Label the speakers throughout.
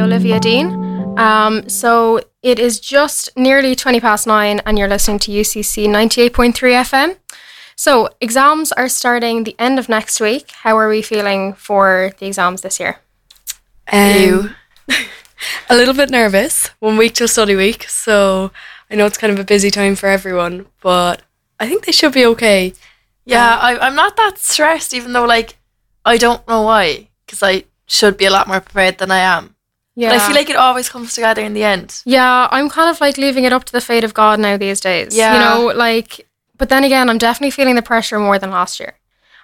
Speaker 1: Olivia Dean. Um, so it is just nearly 20 past nine, and you're listening to UCC 98.3 FM. So exams are starting the end of next week. How are we feeling for the exams this year?
Speaker 2: Um, a little bit nervous. One week till study week, so I know it's kind of a busy time for everyone, but I think they should be okay.
Speaker 3: Yeah, I, I'm not that stressed, even though like I don't know why, because I should be a lot more prepared than I am.
Speaker 1: Yeah,
Speaker 3: But I feel like it always comes together in the end.
Speaker 1: yeah, I'm kind of like leaving it up to the fate of God now these days.
Speaker 3: Yeah.
Speaker 1: you know, like. But then again, I'm definitely feeling the pressure more than last year.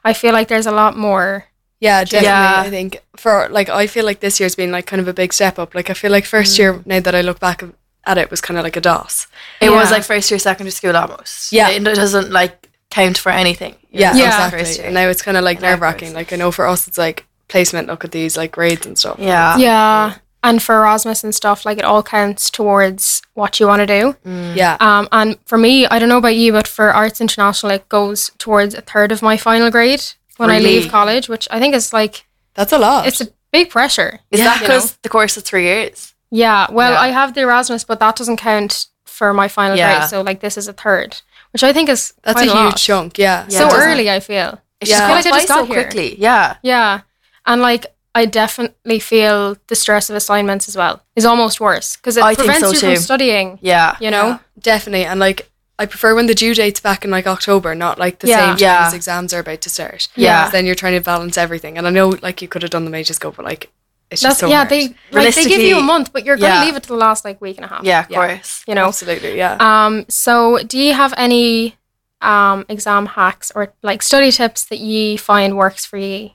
Speaker 1: I feel like there's a lot more.
Speaker 2: Yeah, definitely.
Speaker 3: Yeah.
Speaker 2: I think for like I feel like this year's been like kind of a big step up. Like I feel like first year now that I look back at it was kind of like a DOS.
Speaker 3: It was
Speaker 1: Yeah.
Speaker 3: like first year, secondary school almost.
Speaker 2: Yeah.
Speaker 3: it, it doesn't like count for anything. you
Speaker 2: Yeah,
Speaker 3: know,
Speaker 1: Yeah.
Speaker 3: first
Speaker 2: exactly.
Speaker 3: year.
Speaker 2: And now it's kind of like
Speaker 3: Yeah,
Speaker 2: nerve wracking.
Speaker 3: first.
Speaker 2: Like I know for us it's like placement. Look at these like grades and stuff.
Speaker 3: yeah,
Speaker 1: yeah, and for Erasmus and stuff, like it all counts towards what you want to do.
Speaker 2: Yeah.
Speaker 1: Um, and for me, I don't know about you, but for Arts International, it goes towards a third of my final grade when I
Speaker 3: Really?
Speaker 1: leave college, which I think is like
Speaker 2: That's a lot.
Speaker 1: it's a big pressure.
Speaker 3: Is
Speaker 2: Yeah.
Speaker 3: that
Speaker 1: You know?
Speaker 3: because the course is three years?
Speaker 1: Yeah. Well,
Speaker 3: Yeah.
Speaker 1: I have the Erasmus, but that doesn't count for my final
Speaker 3: Yeah.
Speaker 1: grade. So like this is a third, which I think is
Speaker 2: That's
Speaker 1: quite
Speaker 2: a
Speaker 1: lot.
Speaker 2: huge chunk. Yeah.
Speaker 3: Yeah,
Speaker 1: so
Speaker 3: it doesn't-
Speaker 1: early, I feel.
Speaker 3: It's
Speaker 1: I feel
Speaker 2: Yeah.
Speaker 3: just gone
Speaker 1: like I just
Speaker 3: by so
Speaker 1: got here.
Speaker 3: quickly. Yeah,
Speaker 1: Yeah, and like. I definitely feel the stress of assignments as well is almost worse because it
Speaker 3: I think
Speaker 1: prevents
Speaker 3: so
Speaker 1: you
Speaker 3: too.
Speaker 1: from studying.
Speaker 3: yeah,
Speaker 1: You know,
Speaker 2: Definitely. And like I prefer when the due date's back in like October, not like the
Speaker 1: Yeah.
Speaker 2: same time
Speaker 3: Yeah.
Speaker 2: as exams are about to start.
Speaker 3: Yeah.
Speaker 2: 'Cause Then you're trying to balance everything. And I know like you could have done them ages ago, but like it's just
Speaker 1: that's
Speaker 2: so
Speaker 1: yeah.
Speaker 2: hard.
Speaker 1: They like they give you
Speaker 3: Realistically,
Speaker 1: a month, but you're going to
Speaker 3: yeah.
Speaker 1: leave it to the last like week and a half.
Speaker 3: yeah, of
Speaker 2: Yeah.
Speaker 3: course.
Speaker 1: you know.
Speaker 2: Absolutely, yeah.
Speaker 3: Uh,
Speaker 1: Um, so do you have any um exam hacks or like study tips that ye find works for ye?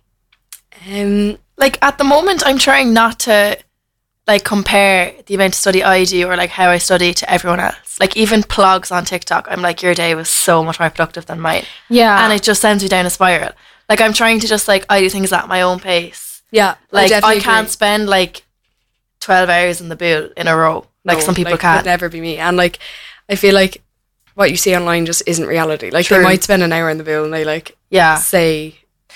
Speaker 2: Um,
Speaker 3: Like at the moment, I'm trying not to like compare the amount of study I do or like how I study to everyone else. Like even blogs on TikTok, I'm like, your day was so much more productive than mine,
Speaker 2: Ah.
Speaker 1: Yeah,
Speaker 3: and it just sends you down a spiral. Like I'm trying to just like I do things at my own pace.
Speaker 2: yeah,
Speaker 3: Like I,
Speaker 2: definitely
Speaker 3: can't
Speaker 2: agree.
Speaker 3: spend like twelve hours in the boot in a row. Like
Speaker 2: No,
Speaker 3: some people
Speaker 2: like,
Speaker 3: can.
Speaker 2: Would never be me, and like I feel like what you see online just isn't reality. Like
Speaker 3: True.
Speaker 2: they might spend an hour in the bill and they like
Speaker 3: Yeah.
Speaker 2: say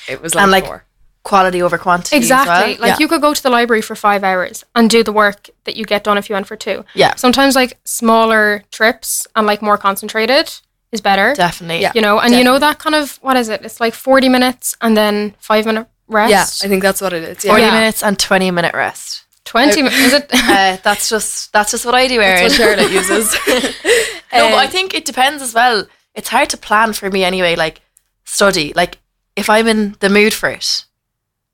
Speaker 2: it was like,
Speaker 3: And, like,
Speaker 2: four.
Speaker 3: Quality over quantity. as well.
Speaker 1: exactly. Like
Speaker 2: Yeah.
Speaker 1: you could go to the library for five hours and do the work that you get done if you went for two.
Speaker 3: Yeah.
Speaker 1: Sometimes like smaller trips and like more concentrated is better.
Speaker 3: Definitely.
Speaker 2: Yeah.
Speaker 1: You know, and you know that kind of what is it? It's like forty minutes and then five minute
Speaker 2: Yeah,
Speaker 1: rest.
Speaker 2: I think that's what it is. Yeah,
Speaker 3: Forty
Speaker 1: Yeah.
Speaker 3: minutes and twenty minute rest.
Speaker 1: twenty. mi- is it?
Speaker 3: Uh, that's just that's just what I do, Erin.
Speaker 2: that's what Charlotte uses. Um,
Speaker 3: no,
Speaker 2: Eh,
Speaker 3: but I think it depends as well. It's hard to plan for me anyway. Like study, like if I'm in the mood for it,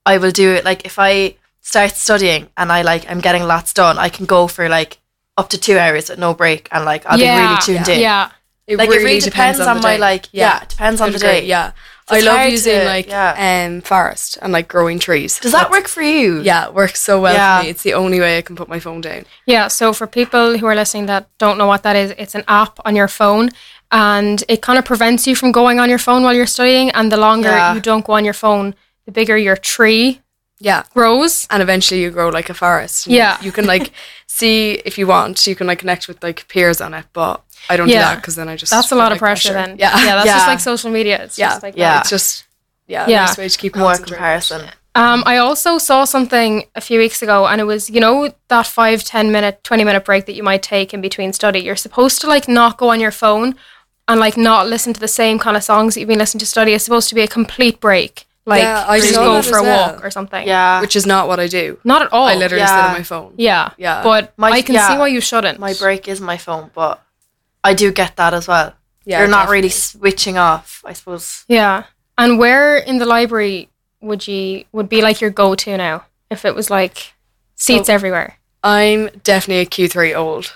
Speaker 3: I will do it. Like if I start studying and I like I'm getting lots done, I can go for like up to two hours with no break, and like I'll
Speaker 1: yeah.
Speaker 3: be really tuned in.
Speaker 1: Yeah.
Speaker 2: It
Speaker 3: Like it
Speaker 2: really
Speaker 3: really depends, on,
Speaker 2: the
Speaker 3: my
Speaker 2: day.
Speaker 3: like yeah, it depends on
Speaker 2: I'd
Speaker 3: the
Speaker 2: agree,
Speaker 3: day.
Speaker 2: Yeah,
Speaker 3: So
Speaker 2: I
Speaker 3: it's
Speaker 2: love
Speaker 3: hard
Speaker 2: using
Speaker 3: to-
Speaker 2: like
Speaker 3: yeah.
Speaker 2: um forest and like growing trees.
Speaker 3: Does that
Speaker 2: That's-
Speaker 3: work for you?
Speaker 2: Yeah, it works so well
Speaker 3: Yeah.
Speaker 2: for me. It's the only way I can put my phone down.
Speaker 1: Yeah, so for people who are listening that don't know what that is, it's an app on your phone and it kind of prevents you from going on your phone while you're studying. And the longer
Speaker 3: Yeah.
Speaker 1: you don't go on your phone, the bigger your tree
Speaker 2: Yeah,
Speaker 1: grows.
Speaker 2: and eventually you grow like a forest. And
Speaker 1: Yeah.
Speaker 2: you can like see if you want, you can like connect with like peers on it, but I don't
Speaker 1: Yeah.
Speaker 2: do that because then I just
Speaker 1: That's a
Speaker 2: feel
Speaker 1: lot of
Speaker 2: like
Speaker 1: pressure, then.
Speaker 2: Yeah,
Speaker 1: Yeah, that's
Speaker 3: Yeah.
Speaker 1: just like social media. It's
Speaker 2: yeah,
Speaker 1: just like
Speaker 3: Yeah.
Speaker 1: that.
Speaker 2: It's just yeah,
Speaker 1: Yeah.
Speaker 2: yeah. Nice way to keep
Speaker 3: More
Speaker 2: concentrating.
Speaker 3: comparison.
Speaker 1: Um, I also saw something a few weeks ago and it was, you know, that five, 10 minute, 20 minute break that you might take in between study. You're supposed to like not go on your phone and like not listen to the same kind of songs that you've been listening to study. It's supposed to be a complete break. Like
Speaker 2: Yeah, I
Speaker 1: just
Speaker 2: saw
Speaker 1: go
Speaker 2: that
Speaker 1: for
Speaker 2: as
Speaker 1: a
Speaker 2: well.
Speaker 1: walk or something.
Speaker 3: Yeah.
Speaker 2: Which is not what I do.
Speaker 1: Not at all.
Speaker 2: I literally sit
Speaker 3: yeah.
Speaker 2: on my phone.
Speaker 1: Oh, yeah.
Speaker 2: Yeah.
Speaker 1: But
Speaker 3: My-
Speaker 1: I can
Speaker 3: yeah.
Speaker 1: see why you shouldn't.
Speaker 3: my break is my phone, but I do get that as well.
Speaker 2: Yeah,
Speaker 3: You're not really
Speaker 2: definitely.
Speaker 3: switching off, I suppose.
Speaker 1: Yeah. And where in the library would you would be like your go to now if it was like seats everywhere?
Speaker 2: I'm definitely a Q3 old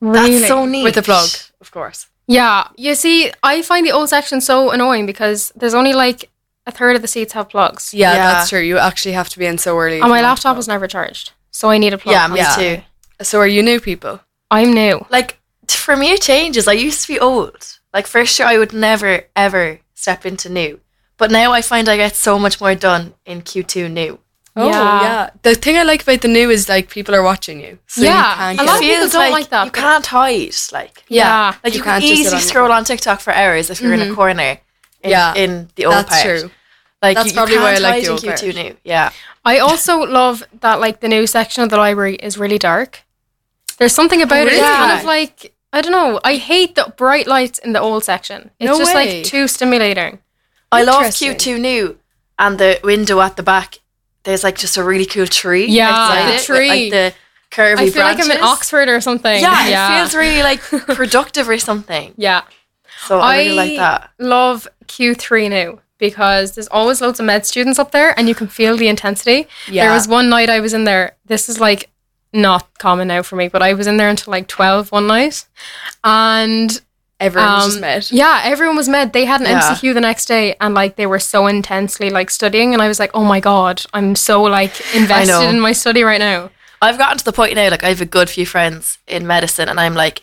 Speaker 1: Really?
Speaker 3: That's so neat.
Speaker 2: with a plug, of course.
Speaker 1: Yeah, you see, I find the old section so annoying because there's only like a third of the seats have plugs,
Speaker 2: Yeah,
Speaker 3: Yeah.
Speaker 2: that's true. You actually have to be in so early. if
Speaker 1: and my
Speaker 2: you want to
Speaker 1: laptop
Speaker 2: plug.
Speaker 1: was never charged, so I need a plug.
Speaker 3: Yeah, me
Speaker 2: Yeah.
Speaker 3: too.
Speaker 2: So are you new people?
Speaker 1: I'm new.
Speaker 3: Like t- for me, it changes. I used to be old. Like first year, I would never ever step into new, but now I find I get so much more done in Q two new.
Speaker 2: Oh
Speaker 1: Yeah.
Speaker 2: yeah. The thing I like about the new is like people are watching you. So
Speaker 1: Yeah,
Speaker 2: you
Speaker 1: a
Speaker 2: can't
Speaker 1: lot of
Speaker 2: get-
Speaker 1: people don't like that,
Speaker 3: You
Speaker 1: but-
Speaker 3: can't hide. Like
Speaker 1: Yeah.
Speaker 3: like you,
Speaker 2: You
Speaker 3: can
Speaker 2: can't just sit
Speaker 3: easily
Speaker 2: on your
Speaker 3: scroll on TikTok for hours if you're in a corner. In,
Speaker 2: Yeah.
Speaker 3: in the old
Speaker 2: that's
Speaker 3: part.
Speaker 2: true.
Speaker 3: Like
Speaker 2: That's
Speaker 3: you, you
Speaker 2: probably why I
Speaker 3: can't
Speaker 2: like
Speaker 3: hide
Speaker 2: the
Speaker 3: in
Speaker 2: au pair.
Speaker 3: Q2 new. Yeah.
Speaker 1: I also love that like the new section of the library is really dark. There's something about it. It's kind
Speaker 3: really?
Speaker 1: of like I don't know. I hate the bright lights in the old section. It's
Speaker 2: No
Speaker 1: just
Speaker 2: way.
Speaker 1: like too stimulating.
Speaker 3: I love
Speaker 2: Interesting.
Speaker 3: Q2 new and the window at the back. There's like just a really cool tree.
Speaker 1: Yeah,
Speaker 3: outside
Speaker 1: the
Speaker 3: it with,
Speaker 1: tree.
Speaker 3: like the curvy
Speaker 1: I feel like I'm in
Speaker 3: branches.
Speaker 1: Oxford or something.
Speaker 3: Yeah, it feels really like productive or something.
Speaker 1: yeah.
Speaker 3: So I, really like
Speaker 1: I-
Speaker 3: that.
Speaker 1: Love Q3 new because there's always loads of med students up there, and you can feel the intensity. There
Speaker 2: Yeah.
Speaker 1: was one night I was in there. This is like not common now for me, but I was in there until like twelve one night, and
Speaker 2: Everyone was just
Speaker 1: Um,
Speaker 2: met.
Speaker 1: Yeah, everyone was med. They had an
Speaker 3: Yeah.
Speaker 1: MCQ the next day, and like they were so intensely like studying, and I was like, oh my god, I'm so like invested
Speaker 3: know.
Speaker 1: in my study right now.
Speaker 3: I've gotten to the point now, like I have a good few friends in medicine and I'm like,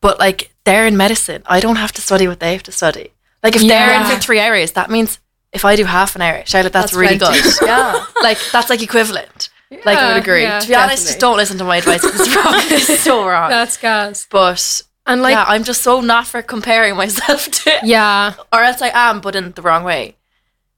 Speaker 3: but like they're in medicine. I don't have to study what they have to study. Like if they're in
Speaker 1: Yeah.
Speaker 3: for three hours, that means if I do half an hour, Charlotte, that's, really
Speaker 2: plenty.
Speaker 3: good.
Speaker 2: yeah.
Speaker 3: like that's like equivalent. like I would agree.
Speaker 1: yeah,
Speaker 3: to be honest, just
Speaker 2: definitely.
Speaker 3: don't listen to my advice. It's wrong. it's so wrong.
Speaker 1: That's gas.
Speaker 3: but
Speaker 1: And like,
Speaker 3: yeah,
Speaker 1: yeah,
Speaker 3: I'm just so not for comparing myself to, or else I am, but in the wrong way.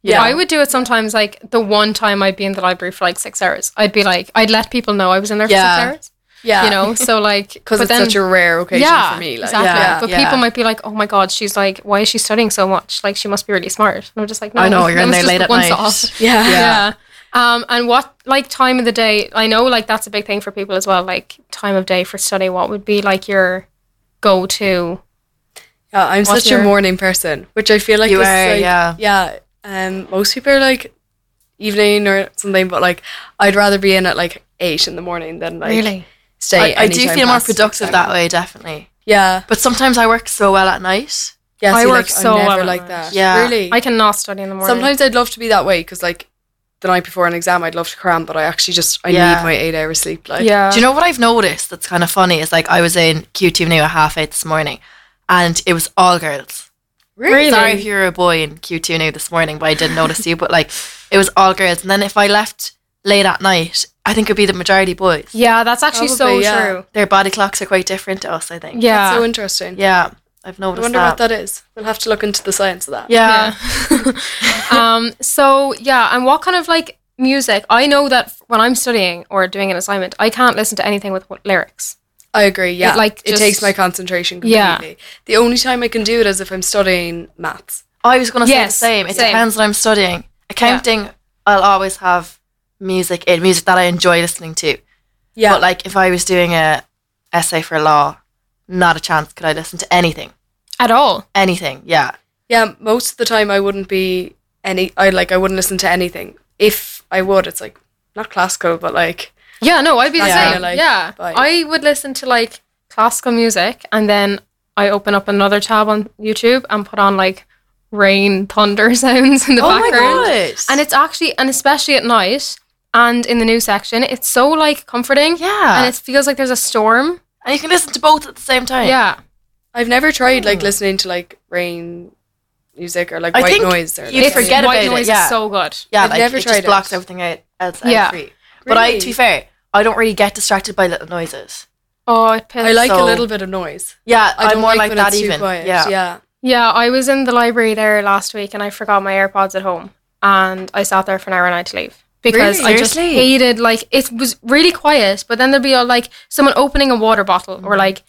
Speaker 3: You know?
Speaker 1: I would do it sometimes. Like the one time I'd be in the library for like six hours, I'd be like, I'd let people know I was in there for
Speaker 3: Yeah.
Speaker 1: six hours.
Speaker 2: Yeah.
Speaker 1: You know, so like,
Speaker 2: because
Speaker 1: but
Speaker 2: it's such a rare occasion for me. Like,
Speaker 1: exactly.
Speaker 3: Yeah,
Speaker 1: but
Speaker 3: yeah.
Speaker 1: people might be like, "Oh my god, she's like, why is she studying so much? Like, she must be really smart." And I'm just like, "No,
Speaker 3: I know you're
Speaker 1: that
Speaker 3: in
Speaker 1: was
Speaker 3: there
Speaker 1: just
Speaker 3: late
Speaker 1: the
Speaker 3: at
Speaker 1: once
Speaker 3: night.
Speaker 1: off.
Speaker 2: yeah.
Speaker 1: yeah. Um, and what like time of the day? I know like that's a big thing for people as well. Like time of day for study. What would be like your go to?
Speaker 2: Yeah, I'm
Speaker 1: What's
Speaker 2: such
Speaker 1: your-
Speaker 2: a morning person, which I feel like
Speaker 3: You
Speaker 2: is
Speaker 3: are,
Speaker 2: like,
Speaker 3: yeah.
Speaker 2: yeah. Um, most people are like evening or something, but like I'd rather be in at like eight in the morning than like stay.
Speaker 3: I, I do
Speaker 2: anytime
Speaker 3: feel more
Speaker 2: past six
Speaker 3: productive
Speaker 2: o'clock.
Speaker 3: that way, definitely.
Speaker 2: Yeah,
Speaker 3: But sometimes I work so well at night.
Speaker 2: yeah.
Speaker 1: I
Speaker 2: see,
Speaker 1: work
Speaker 2: like,
Speaker 1: so
Speaker 2: I'm never
Speaker 1: well at
Speaker 2: like
Speaker 1: night.
Speaker 2: that.
Speaker 3: Yeah.
Speaker 2: really.
Speaker 1: I cannot study in the morning.
Speaker 2: Sometimes I'd love to be that way because like the night before an exam, I'd love to cram, but I actually just I
Speaker 3: Yeah.
Speaker 2: need my eight hours sleep. Like,
Speaker 1: yeah.
Speaker 3: Do you know what I've noticed that's kind of funny is like I was in Q2 now at half eight this morning and it was all girls.
Speaker 2: really.
Speaker 3: Sorry if you're a boy in Q2 now this morning, but I didn't notice you, but like it was all girls. And then if I left late at night, I think it'd be the majority boys.
Speaker 1: yeah, that's actually so
Speaker 2: Probably, yeah.
Speaker 1: true.
Speaker 3: Their body clocks are quite different to us, I think.
Speaker 1: Yeah.
Speaker 2: That's so interesting.
Speaker 3: Yeah. I've
Speaker 2: I
Speaker 3: noticed
Speaker 2: wonder
Speaker 3: that.
Speaker 2: what that is. We'll have to look into the science of that.
Speaker 3: yeah.
Speaker 1: um. So yeah, and what kind of like music? I know that f- when I'm studying or doing an assignment, I can't listen to anything with w- lyrics.
Speaker 2: I agree. Yeah,
Speaker 1: like,
Speaker 2: like it
Speaker 1: just-
Speaker 2: takes my concentration
Speaker 1: Yeah.
Speaker 2: completely. The only time I can do it is if I'm studying maths.
Speaker 3: I was going to
Speaker 1: Yes,
Speaker 3: say the same. It
Speaker 1: same.
Speaker 3: depends what I'm studying. Accounting, I'll always have music in, music that I enjoy listening to.
Speaker 2: Yeah,
Speaker 3: But like if I was doing a essay for law, not a chance could I listen to anything.
Speaker 1: At all.
Speaker 3: Anything, yeah.
Speaker 2: yeah. Most of the time, I wouldn't be any. I like I wouldn't listen to anything. If I would, it's like not classical, but like
Speaker 1: Yeah, no, I'd be the
Speaker 2: That's
Speaker 1: same.
Speaker 2: kinda like
Speaker 1: yeah,
Speaker 2: vibe.
Speaker 1: I would listen to like classical music, and then I open up another tab on YouTube and put on like rain, thunder sounds
Speaker 3: Oh
Speaker 1: in the background, and it's actually and especially at night and in the news section, it's so like comforting.
Speaker 3: yeah.
Speaker 1: and it feels like there's a storm.
Speaker 3: and you can listen to both at the same time.
Speaker 1: Yeah,
Speaker 2: I've never tried like listening to like rain music or like
Speaker 3: I
Speaker 2: white
Speaker 3: think
Speaker 2: noise or
Speaker 3: you'd
Speaker 2: like,
Speaker 3: forget
Speaker 1: white
Speaker 3: about it,
Speaker 1: noise
Speaker 3: yeah.
Speaker 1: is so good.
Speaker 3: Yeah,
Speaker 2: I've
Speaker 3: like
Speaker 2: never
Speaker 3: it
Speaker 2: tried
Speaker 3: just
Speaker 2: it.
Speaker 3: blocks everything out outside
Speaker 1: Yeah.
Speaker 3: free. But I
Speaker 2: Really?
Speaker 3: to be fair, I don't really get distracted by little noises.
Speaker 1: Oh, it pisses.
Speaker 2: I like
Speaker 3: so-
Speaker 2: a little bit of noise.
Speaker 3: Yeah,
Speaker 2: I
Speaker 3: I'm
Speaker 2: don't
Speaker 3: more
Speaker 2: like,
Speaker 3: like
Speaker 2: when
Speaker 3: that
Speaker 2: it's
Speaker 3: even.
Speaker 2: too quiet.
Speaker 3: Yeah.
Speaker 2: yeah.
Speaker 1: Yeah, I was in the library there last week and I forgot my AirPods at home and I sat there for an hour and I had to leave. Because
Speaker 3: Really?
Speaker 1: I just
Speaker 3: Seriously?
Speaker 1: hated like it was really quiet, but then there'd be uh, like someone opening a water bottle or like
Speaker 2: Mm-hmm.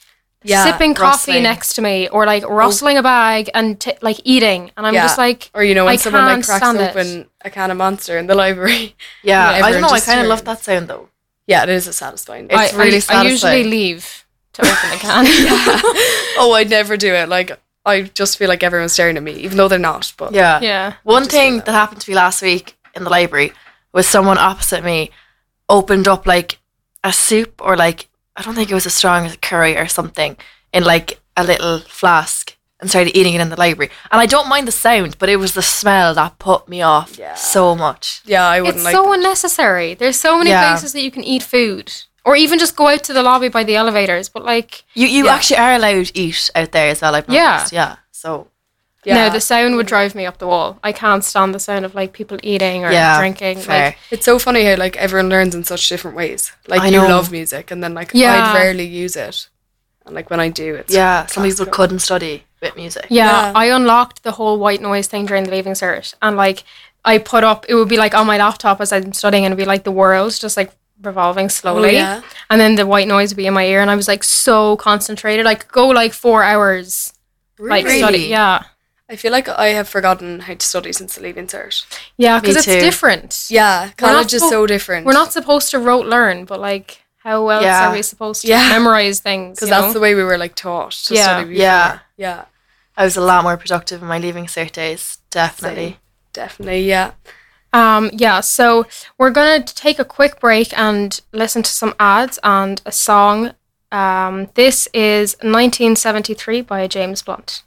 Speaker 2: Yeah, Oh.
Speaker 1: sipping coffee
Speaker 3: rustling.
Speaker 1: next to me or like rustling a bag and t- like eating and I'm
Speaker 2: Yeah.
Speaker 1: just like
Speaker 2: Or you know when
Speaker 1: I
Speaker 2: someone like
Speaker 1: can't
Speaker 2: cracks
Speaker 1: stand it.
Speaker 2: open a can of Monster in the library.
Speaker 3: Yeah, I don't
Speaker 2: Everyone
Speaker 3: know. I
Speaker 2: just
Speaker 3: kind of love
Speaker 2: turns.
Speaker 3: that sound though.
Speaker 2: yeah, it is a satisfying.
Speaker 1: I,
Speaker 3: It's really
Speaker 1: I, I usually
Speaker 3: satisfying.
Speaker 1: leave to open the can.
Speaker 2: oh, I'd never do it. Like, I just feel like everyone's staring at me, even though they're not. But
Speaker 3: Yeah.
Speaker 1: yeah.
Speaker 3: One thing that happened to me last week in the library was someone opposite me opened up like a soup or like I don't think it was a strong curry or something in like a little flask and started eating it in the library. And I don't mind the sound, but it was the smell that put me off
Speaker 2: Yeah.
Speaker 3: so much.
Speaker 2: yeah, I wouldn't
Speaker 1: It's
Speaker 2: like.
Speaker 1: so
Speaker 2: that.
Speaker 1: unnecessary. There's so many
Speaker 3: Yeah.
Speaker 1: places that you can eat food. Or even just go out to the lobby by the elevators. But like
Speaker 3: You you
Speaker 2: Yeah.
Speaker 3: actually are allowed to eat out there as well, I've
Speaker 1: Yeah.
Speaker 3: noticed. Yeah. So
Speaker 2: yeah,
Speaker 1: No, the sound would drive me up the wall. I can't stand the sound of like people eating or
Speaker 3: yeah.
Speaker 1: drinking.
Speaker 3: Fair.
Speaker 1: Like,
Speaker 2: it's so funny how like everyone learns in such different ways. Like
Speaker 3: I
Speaker 2: you
Speaker 3: know.
Speaker 2: love music, and then like
Speaker 1: Yeah.
Speaker 2: I'd rarely use it, and like when I do, it's
Speaker 3: yeah. Some people couldn't study with music.
Speaker 1: yeah,
Speaker 2: Yeah.
Speaker 1: I unlocked the whole white noise thing during the leaving cert, and like I put up, it would be like on my laptop as I'm studying, and it'd be like the world just like revolving slowly.
Speaker 2: Oh, yeah.
Speaker 1: And then the white noise would be in my ear, and I was like so concentrated. I could go like four hours, like
Speaker 3: Really?
Speaker 1: study. Yeah.
Speaker 2: I feel like I have forgotten how to study since leaving cert.
Speaker 1: Yeah, because
Speaker 3: Me
Speaker 1: it's
Speaker 3: too.
Speaker 1: different.
Speaker 2: Yeah, college is
Speaker 1: suppo-
Speaker 2: so different.
Speaker 1: We're not supposed to rote learn, but like, how else
Speaker 3: Yeah.
Speaker 1: are we supposed to
Speaker 2: Yeah.
Speaker 1: memorize things?
Speaker 2: because
Speaker 1: you
Speaker 2: that's
Speaker 1: know?
Speaker 2: the way we were like taught to
Speaker 1: Yeah.
Speaker 2: study. Before.
Speaker 3: Yeah.
Speaker 2: yeah,
Speaker 3: I was a lot more productive in my leaving cert days, definitely.
Speaker 2: definitely. Yeah,
Speaker 1: Um, yeah, so we're going to take a quick break and listen to some ads and a song. Um, this is 1973 by James Blunt.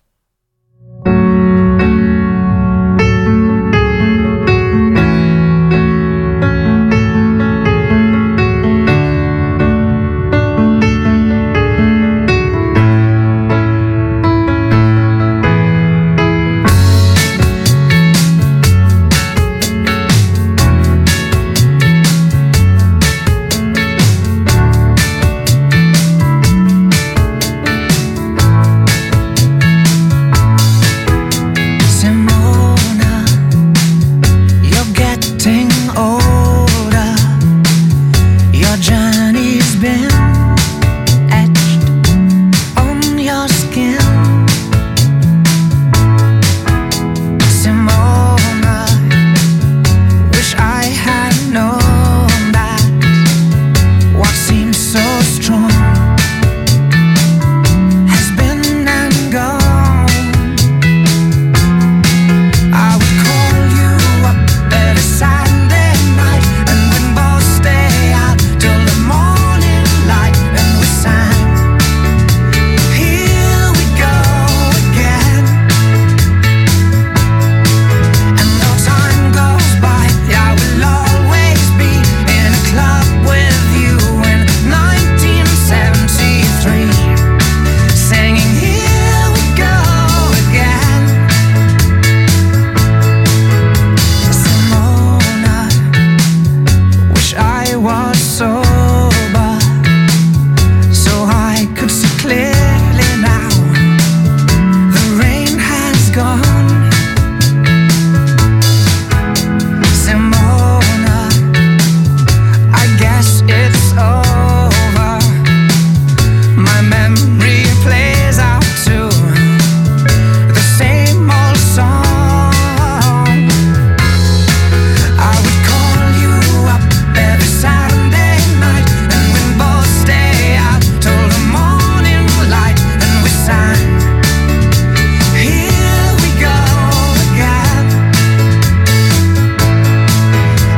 Speaker 4: Simona, you're getting older. Your journey's been etched on your skin. Simona, wish I had known that what seems so strong has been and gone. I would call you up every Saturday night, and we'd both stay out till the morning light, and we sang. Here we go again. And though time goes by, I will always be in a club with you in 1973, singing. Here we go again. Simona, wish I was sober so I could see clearly now. The rain has gone. Simona, I guess it's over. My memory plays out to the same old song. I would call you up every Saturday night, and we'd both stay out till the morning light, and we sang. Here we go again.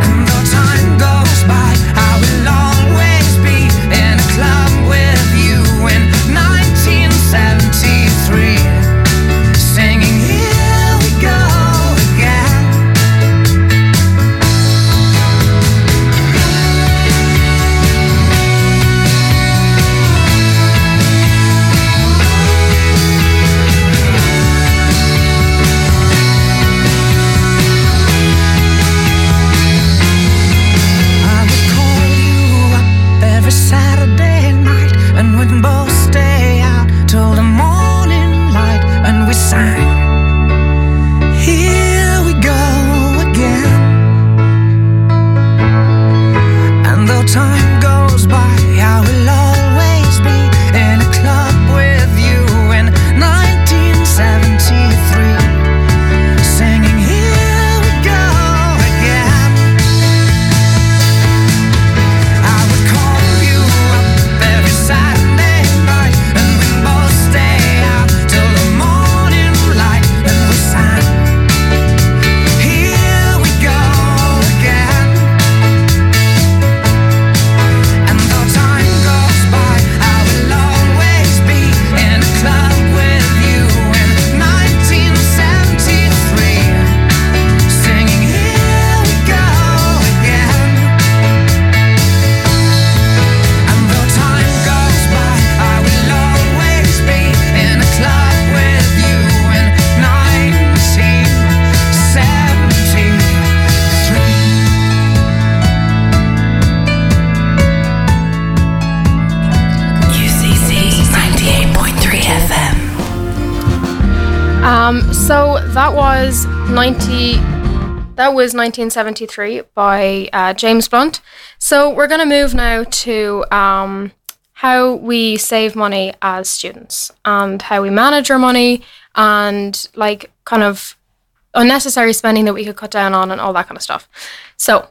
Speaker 4: And though time goes by, I will always be in a club with you in 1973, singing. Here we go again. I would call you up every Saturday night, and we'd both stay out till the morning light, and we sang. Here we go again. And though time goes by, I will always be in a club with you in 1973, singing. Here we go again. I would call you up every Saturday night, and we'd both stay out till the morning light, and we sang. Here we go again. And though time goes by, I will always be in a club with you in 1973, singing. Here we go again. And though time goes by, I will always be in a club with you in 1973.
Speaker 5: UCC 98.3 FM.
Speaker 1: Um, so that was 90, That was 1973 by uh, James Blunt. So we're going to move now to um, how we save money as students and how we manage our money and like kind of unnecessary spending that we could cut down on and all that kind of stuff. So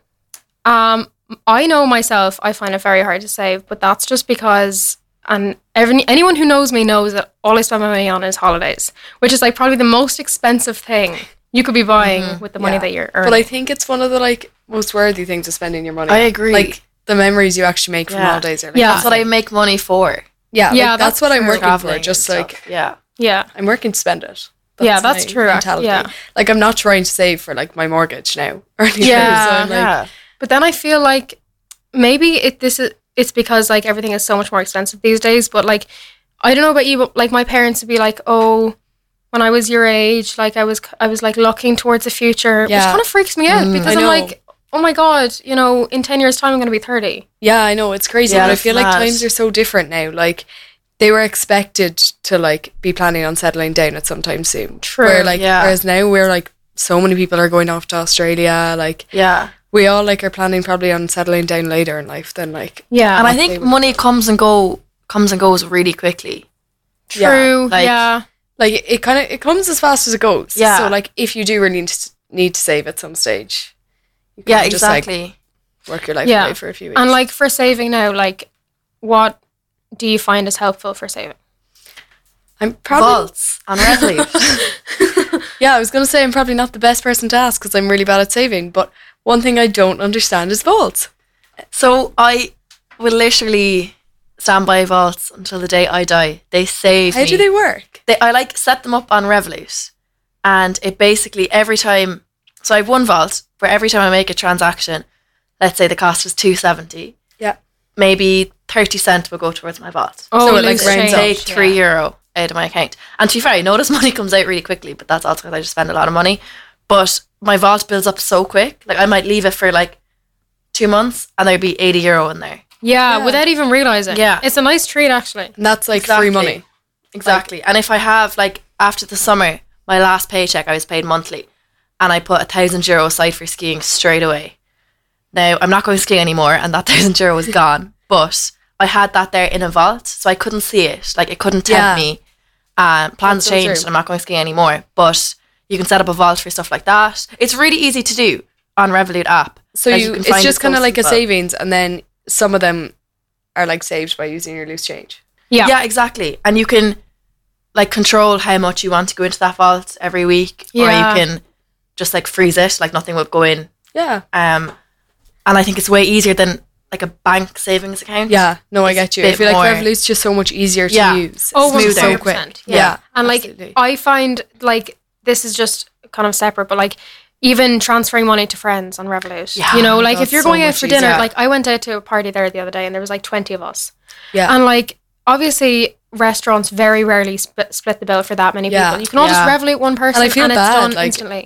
Speaker 1: um, I know myself, I find it very hard to save, but that's just because. And every, anyone who knows me knows that all I spend my money on is holidays, which is like probably the most expensive thing you could be buying with the money
Speaker 2: Yeah.
Speaker 1: that you're earning.
Speaker 2: But I think it's one of the like most worthy things of spending your money.
Speaker 3: I agree.
Speaker 2: Like the memories you actually make from
Speaker 3: Yeah.
Speaker 2: holidays are like,
Speaker 1: Yeah.
Speaker 3: That's what I make money for.
Speaker 2: yeah,
Speaker 1: Yeah,
Speaker 2: like, that's,
Speaker 1: that's
Speaker 2: what I'm
Speaker 1: true.
Speaker 2: working
Speaker 3: Traveling
Speaker 2: for.
Speaker 3: and
Speaker 2: Just
Speaker 3: stuff.
Speaker 2: like
Speaker 3: yeah,
Speaker 1: yeah.
Speaker 2: I'm working to spend it.
Speaker 1: Yeah, that's
Speaker 2: my
Speaker 1: true, act-
Speaker 2: mentality.
Speaker 1: yeah.
Speaker 2: Like I'm not trying to save for like my mortgage now or anything.
Speaker 1: Yeah.
Speaker 2: So I'm like,
Speaker 3: yeah.
Speaker 1: But then I feel like maybe it this is it's because like everything is so much more expensive these days. But like I don't know about you, but like my parents would be like, oh, when I was your age, like I was I was like looking towards the future, which
Speaker 2: Yeah. Mm,
Speaker 1: kind of freaks me out because
Speaker 2: I
Speaker 1: I'm
Speaker 2: know.
Speaker 1: like, oh my god, you know, in ten years time I'm gonna be thirty.
Speaker 2: Yeah, I know it's crazy,
Speaker 3: Yeah,
Speaker 2: but I
Speaker 3: that's
Speaker 2: feel like
Speaker 3: mad.
Speaker 2: times are so different now. Like they were expected to like be planning on settling down at some time soon.
Speaker 1: True,
Speaker 2: Where like
Speaker 3: yeah.
Speaker 2: whereas now we're like so many people are going off to Australia. Like
Speaker 3: yeah.
Speaker 2: we all like are planning probably on settling down later in life than like
Speaker 1: Yeah,
Speaker 3: And I
Speaker 2: they
Speaker 3: think
Speaker 2: would
Speaker 3: money comes and go comes and goes really quickly.
Speaker 2: yeah.
Speaker 1: true,
Speaker 3: like-
Speaker 1: yeah,
Speaker 2: Like it kind of it comes as fast as it goes.
Speaker 3: Yeah.
Speaker 2: So like if you do really need to, need to save at some stage, you
Speaker 3: Yeah,
Speaker 2: kinda
Speaker 3: exactly.
Speaker 2: Just, like, work your life
Speaker 1: Yeah.
Speaker 2: away for a few weeks.
Speaker 1: and like for saving now, like what do you find is helpful for saving?
Speaker 2: I'm probably
Speaker 3: Vaults and red leaves.
Speaker 2: Yeah, I was going to say I'm probably not the best person to ask because I'm really bad at saving, but one thing I don't understand is vaults.
Speaker 3: so I will literally stand by vaults until the day I die. They save
Speaker 2: How
Speaker 3: me.
Speaker 2: do they work?
Speaker 3: they I like set them up on Revolut and it basically every time so I have one vault where every time I make a transaction, let's say the cost was two seventy,
Speaker 2: Yeah.
Speaker 3: maybe thirty cent will go towards my vault.
Speaker 1: Oh,
Speaker 2: it, like,
Speaker 1: loose
Speaker 2: rounds
Speaker 1: change.
Speaker 3: Say three euro out of my account. And to be fair, I notice money comes out really quickly, but that's also because I just spend a lot of money. But my vault builds up so quick. Like I might leave it for like two months and there'd be eighty euro in there.
Speaker 1: Yeah, without even realizing.
Speaker 3: Yeah.
Speaker 1: it's a nice treat actually.
Speaker 2: And that's like
Speaker 3: Exactly.
Speaker 2: free money.
Speaker 3: Exactly. and if I have like after the summer, my last paycheck I was paid monthly, and I put a thousand euro aside for skiing straight away. Now I'm not going skiing anymore, and that thousand euro was gone. But I had that there in a vault, so I couldn't see it. Like it couldn't tempt
Speaker 2: Yeah.
Speaker 3: me. Um, plans
Speaker 2: so
Speaker 3: changed,
Speaker 2: true.
Speaker 3: and I'm not going skiing anymore. But you can set up a vault for stuff like that. It's really easy to do on Revolut app.
Speaker 2: So
Speaker 3: Like,
Speaker 2: you,
Speaker 3: can
Speaker 2: it's
Speaker 3: find
Speaker 2: just
Speaker 3: so
Speaker 2: kind of like a
Speaker 3: simple.
Speaker 2: savings, and then some of them are like saved by using your loose change.
Speaker 1: Yeah.
Speaker 3: Yeah, exactly. And you can like control how much you want to go into that vault every week,
Speaker 1: Yeah.
Speaker 3: or you can just like freeze it, like nothing would go in.
Speaker 2: Yeah.
Speaker 3: Um, and I think it's way easier than like a bank savings account.
Speaker 2: Yeah. No, I
Speaker 3: It's
Speaker 2: get
Speaker 3: a
Speaker 2: you. I
Speaker 3: bit
Speaker 2: feel like
Speaker 3: more-
Speaker 2: Revolut's just so much easier to
Speaker 3: Yeah.
Speaker 2: use.
Speaker 1: Oh,
Speaker 2: It's
Speaker 3: smoother.
Speaker 2: so
Speaker 1: 100%.
Speaker 2: quick.
Speaker 1: Yeah.
Speaker 2: Yeah,
Speaker 1: And like
Speaker 2: absolutely.
Speaker 1: I find like this is just kind of separate, but like even transferring money to friends on Revolut.
Speaker 3: Yeah.
Speaker 1: you know, like
Speaker 2: oh God,
Speaker 1: if you're
Speaker 2: so
Speaker 1: going out
Speaker 2: much
Speaker 1: for dinner,
Speaker 2: easier.
Speaker 1: like I went out to a party there the other day and there was like 20 of us.
Speaker 2: Yeah.
Speaker 1: And like obviously restaurants very rarely sp- split the bill for that many
Speaker 2: Yeah.
Speaker 1: people. You can all
Speaker 3: Yeah.
Speaker 1: just Revolut one person
Speaker 2: And I feel
Speaker 1: and
Speaker 2: bad,
Speaker 1: it's done
Speaker 2: like,
Speaker 1: instantly.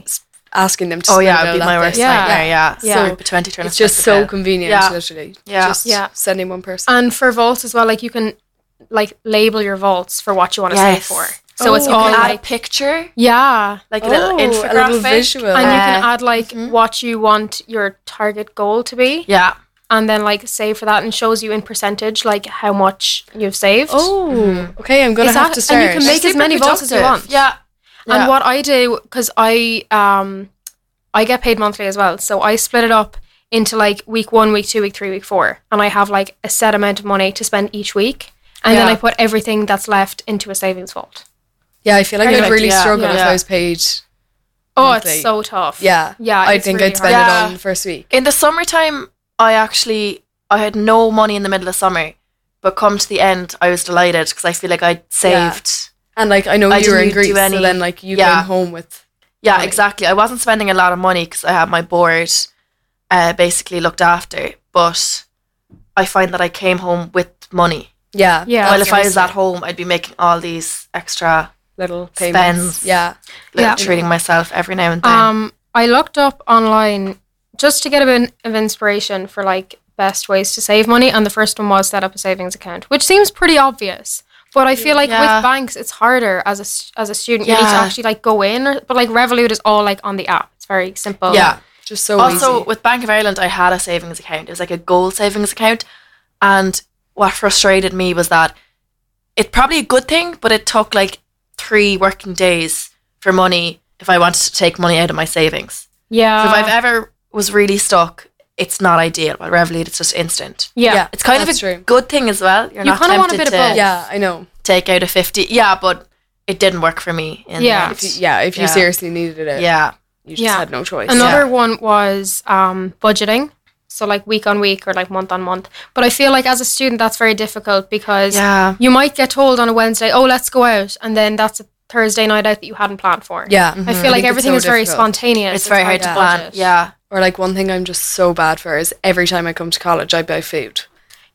Speaker 2: Asking them to.
Speaker 3: Oh yeah,
Speaker 2: split
Speaker 3: it'd be
Speaker 2: all
Speaker 3: my
Speaker 2: that
Speaker 3: worst
Speaker 2: bit.
Speaker 1: Yeah.
Speaker 3: nightmare. Yeah.
Speaker 1: Yeah.
Speaker 3: So twenty twenty.
Speaker 2: It's just so convenient,
Speaker 3: Yeah.
Speaker 2: literally.
Speaker 3: Yeah.
Speaker 2: Just
Speaker 1: Yeah.
Speaker 2: sending one person.
Speaker 1: And for vaults as well, like you can like label your vaults for what you want to
Speaker 3: Yes.
Speaker 1: save for. So it's
Speaker 2: Oh, you
Speaker 1: all
Speaker 2: can
Speaker 3: Add a
Speaker 1: like
Speaker 3: picture,
Speaker 1: yeah.
Speaker 3: like a little
Speaker 2: Oh, a
Speaker 3: infographic,
Speaker 2: little visual.
Speaker 1: And you can
Speaker 3: Uh,
Speaker 1: add like what you want your target goal to be.
Speaker 3: Yeah.
Speaker 1: and then like save for that and shows you in percentage like how much you've saved.
Speaker 2: Oh, okay. I'm gonna
Speaker 1: Is
Speaker 2: have
Speaker 1: that-
Speaker 2: to start.
Speaker 1: and you can Make
Speaker 3: Super
Speaker 1: as many vaults as you
Speaker 3: productive.
Speaker 1: want.
Speaker 3: Yeah.
Speaker 1: And
Speaker 3: Yeah.
Speaker 1: what I do because I um I get paid monthly as well, so I split it up into like week one, week two, week three, week four, and I have like a set amount of money to spend each week, and then
Speaker 2: Yeah.
Speaker 1: I put everything that's left into a savings vault.
Speaker 2: Yeah, I feel like I'd
Speaker 3: Perfect,
Speaker 2: really
Speaker 3: yeah,
Speaker 2: struggle if
Speaker 3: yeah.
Speaker 2: I was paid.
Speaker 1: Oh,
Speaker 2: Monthly.
Speaker 1: it's so tough.
Speaker 2: Yeah,
Speaker 1: yeah.
Speaker 2: I
Speaker 1: it's
Speaker 2: think
Speaker 1: really
Speaker 2: I'd spend
Speaker 1: hard.
Speaker 2: it
Speaker 3: Yeah.
Speaker 2: on the first week.
Speaker 3: In the summertime, I actually I had no money in the middle of summer, but come to the end, I was delighted because I feel like I'd saved.
Speaker 2: And like I know
Speaker 3: I
Speaker 2: you were in
Speaker 3: didn't do
Speaker 2: Greece,
Speaker 3: any-
Speaker 2: so then like you
Speaker 3: Yeah.
Speaker 2: came home with.
Speaker 3: Yeah,
Speaker 2: Money.
Speaker 3: exactly. I wasn't spending a lot of money because I had my board uh, basically looked after, but I find that I came home with money.
Speaker 2: Yeah,
Speaker 1: Yeah.
Speaker 3: While
Speaker 1: That's
Speaker 3: if I was at home, I'd be making all these extra,
Speaker 2: little payments.
Speaker 3: Spends.
Speaker 2: Yeah,
Speaker 3: like,
Speaker 1: Yeah.
Speaker 3: treating myself every now and then.
Speaker 1: Um, I looked up online just to get a bit of inspiration for like best ways to save money, and the first one was set up a savings account, which seems pretty obvious. But I feel like
Speaker 3: Yeah.
Speaker 1: with banks, it's harder as a s- as a student. You need to
Speaker 3: Yeah.
Speaker 1: actually like go in, or, but like Revolut is all like on the app. It's very simple.
Speaker 3: yeah,
Speaker 2: Oh. Just so
Speaker 3: also
Speaker 2: easy.
Speaker 3: with Bank of Ireland, I had a savings account. It was like a gold savings account, and what frustrated me was that it's probably a good thing, but it took like three working days for money if I wanted to take money out of my savings.
Speaker 1: Yeah.
Speaker 3: So if I've ever was really stuck, it's not ideal. But Revolut, it's just instant.
Speaker 1: yeah.
Speaker 2: Yeah.
Speaker 3: It's kind of a
Speaker 2: That's true.
Speaker 3: good thing as well. You're
Speaker 1: You
Speaker 3: not
Speaker 1: kinda
Speaker 3: tempted
Speaker 1: want a bit
Speaker 3: to
Speaker 1: of both.
Speaker 2: Yeah, I know.
Speaker 3: take out a fifty. Yeah, but it didn't work for me. In the
Speaker 1: Yeah.
Speaker 3: end.
Speaker 2: If you, yeah, if you
Speaker 3: Yeah.
Speaker 2: seriously needed it,
Speaker 3: yeah.
Speaker 2: you just
Speaker 1: Yeah.
Speaker 2: had no choice.
Speaker 1: Another one was um, budgeting. So like week on week or like month on month. But I feel like as a student that's very difficult because
Speaker 3: Yeah.
Speaker 1: you might get told on a Wednesday, oh let's go out and then that's a Thursday night out that you hadn't planned for.
Speaker 2: yeah,
Speaker 3: Mm-hmm.
Speaker 1: I feel like
Speaker 2: think it's
Speaker 1: everything
Speaker 2: so
Speaker 1: is very
Speaker 2: difficult.
Speaker 1: spontaneous.
Speaker 3: It's very hard to plan.
Speaker 1: budget.
Speaker 3: Yeah.
Speaker 2: Or like one thing I'm just so bad for is every time I come to college, I buy food.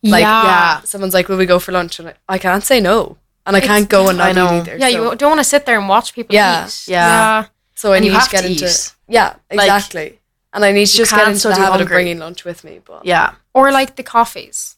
Speaker 2: Like,
Speaker 1: yeah.
Speaker 3: yeah.
Speaker 2: Someone's like, "Will we go for lunch?" And I, I can't say no, and I can't go and not
Speaker 3: I know.
Speaker 2: eat either.
Speaker 1: Yeah,
Speaker 2: so,
Speaker 1: you don't want to sit there and watch people
Speaker 2: Yeah.
Speaker 1: eat.
Speaker 3: Yeah.
Speaker 2: so I
Speaker 3: and
Speaker 2: need
Speaker 3: you have
Speaker 2: to get
Speaker 3: to
Speaker 2: into
Speaker 3: eat.
Speaker 2: yeah, exactly. and I need to just get
Speaker 3: can't
Speaker 2: into
Speaker 3: still
Speaker 2: the
Speaker 3: do
Speaker 2: habit of
Speaker 3: hungry.
Speaker 2: bringing lunch with me. But
Speaker 3: Yeah.
Speaker 1: Or like the coffees.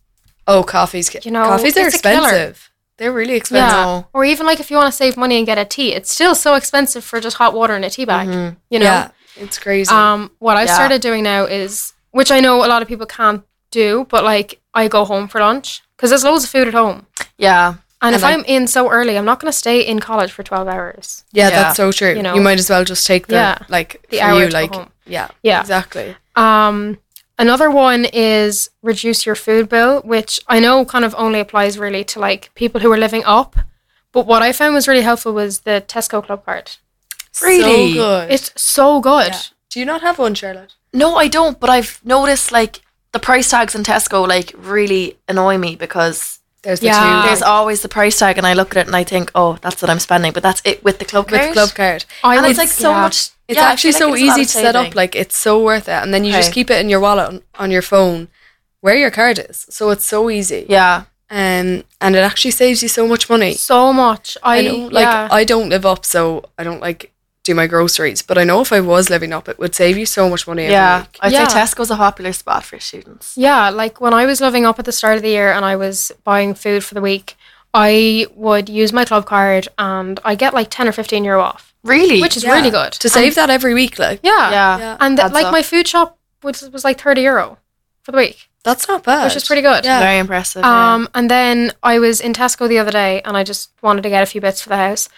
Speaker 2: oh, coffees,
Speaker 1: You know,
Speaker 2: coffees are
Speaker 1: it's a killer.
Speaker 2: expensive. They're really expensive.
Speaker 1: Yeah.
Speaker 3: know.
Speaker 1: Or even like if you want to save money and get a tea, it's still so expensive for just hot water and a tea bag. You know?
Speaker 2: Yeah, it's crazy.
Speaker 1: Um, what I've
Speaker 3: Mm-hmm. Yeah.
Speaker 1: started doing now is, which I know a lot of people can't do, but like I go home for lunch because there's loads of food at home.
Speaker 3: Yeah.
Speaker 1: And, if
Speaker 2: I-
Speaker 1: I'm in so early, I'm not going to stay in college for 12 hours.
Speaker 2: yeah,
Speaker 3: yeah,
Speaker 2: that's so true. You,
Speaker 1: you know.
Speaker 2: might as well just take the
Speaker 1: Yeah.
Speaker 2: like
Speaker 1: The
Speaker 2: for
Speaker 1: hour
Speaker 2: you,
Speaker 1: to go
Speaker 2: like
Speaker 1: home.
Speaker 2: yeah,
Speaker 1: Yeah.
Speaker 2: exactly.
Speaker 1: Um, another one is reduce your food bill, which I know kind of only applies really to like people who are living up. But what I found was really helpful was the Tesco Club Card.
Speaker 3: Really?
Speaker 2: so good.
Speaker 1: It's so good.
Speaker 2: Yeah. Do you not have one, Charlotte?
Speaker 3: No, I don't. But I've noticed like the price tags in Tesco like really annoy me because
Speaker 2: There's
Speaker 1: Yeah.
Speaker 2: the
Speaker 3: there's
Speaker 2: two.
Speaker 3: always the price tag, and I look at it and I think, oh, that's what I'm spending. But that's it with the club
Speaker 2: with
Speaker 3: card.
Speaker 2: club card.
Speaker 1: I
Speaker 3: and
Speaker 1: would-
Speaker 3: it's like so
Speaker 1: yeah.
Speaker 3: much.
Speaker 2: It's
Speaker 3: yeah, I
Speaker 2: actually
Speaker 3: feel
Speaker 2: so
Speaker 3: like it's a lot
Speaker 2: easy
Speaker 3: of
Speaker 2: to set up.
Speaker 3: saving.
Speaker 2: Like it's so worth it, and then you just
Speaker 3: Okay.
Speaker 2: keep it in your wallet on, on your phone, where your card is. So it's so easy.
Speaker 3: yeah,
Speaker 2: Um, and it actually saves you so much money.
Speaker 1: So much. I,
Speaker 2: I know, like
Speaker 1: yeah.
Speaker 2: uh, I don't live up, so I don't like do my groceries. But I know if I was living up, it would save you so much money. Every
Speaker 3: yeah.
Speaker 2: week.
Speaker 3: I'd
Speaker 1: Yeah.
Speaker 3: say Tesco's a popular spot for students.
Speaker 1: Yeah, like when I was living up at the start of the year and I was buying food for the week, I would use my club card and I get like 10 or 15 euro off,
Speaker 3: Really?
Speaker 1: which is
Speaker 2: Yeah.
Speaker 1: really good.
Speaker 2: to save that every week. Like
Speaker 1: Yeah.
Speaker 3: yeah,
Speaker 2: Yeah.
Speaker 1: And th-
Speaker 3: adds
Speaker 1: like
Speaker 3: up.
Speaker 1: my food shop was, was like 30 euro for the week,
Speaker 2: that's not bad.
Speaker 1: which is pretty good.
Speaker 2: Yeah.
Speaker 3: very impressive. yeah.
Speaker 1: Um, and then I was in Tesco the other day and I just wanted to get a few bits for the house.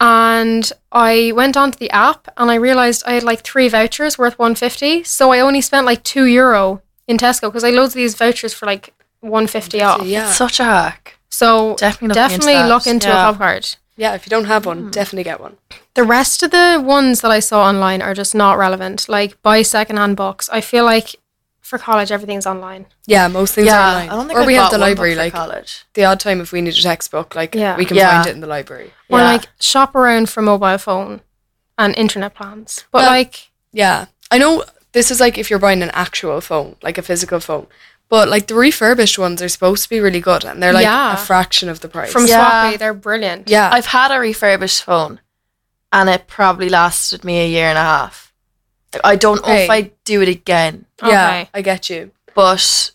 Speaker 1: And I went onto the app and I realized I had like three vouchers worth 150. So I only spent like two euro in Tesco because I had loads of these vouchers for like 150 off.
Speaker 2: Yeah,
Speaker 3: Such a hack.
Speaker 1: So
Speaker 3: Definitely
Speaker 1: definitely,
Speaker 3: looking into that.
Speaker 1: look into
Speaker 3: Yeah.
Speaker 1: a club card.
Speaker 2: yeah. If you don't have
Speaker 3: Hmm.
Speaker 2: one, definitely get one.
Speaker 1: The rest of the ones that I saw online are just not relevant. Like buy secondhand books. I feel like for college everything's online.
Speaker 2: Yeah, most things
Speaker 3: Yeah,
Speaker 2: are online.
Speaker 3: I don't think
Speaker 2: or
Speaker 3: I
Speaker 2: we have
Speaker 3: bought
Speaker 2: the
Speaker 3: one book
Speaker 2: library.
Speaker 3: for
Speaker 2: Like
Speaker 3: college.
Speaker 2: the odd time if we need a textbook, like
Speaker 1: Yeah.
Speaker 2: we can
Speaker 3: Yeah.
Speaker 2: find it in the library.
Speaker 1: Or
Speaker 3: Yeah.
Speaker 1: like shop around for mobile phone and internet plans. But
Speaker 2: Well-
Speaker 1: like
Speaker 2: Yeah. I know this is like if you're buying an actual phone, like a physical phone. But like the refurbished ones are supposed to be really good and they're like
Speaker 1: Yeah.
Speaker 2: a fraction of the price.
Speaker 1: from
Speaker 3: Yeah.
Speaker 1: Swappy, they're brilliant.
Speaker 2: yeah.
Speaker 3: I've had a refurbished phone, and it probably lasted me a year and a half. Like, I don't know
Speaker 2: Okay.
Speaker 3: if I do it again.
Speaker 2: yeah,
Speaker 1: Okay.
Speaker 2: I get you.
Speaker 3: But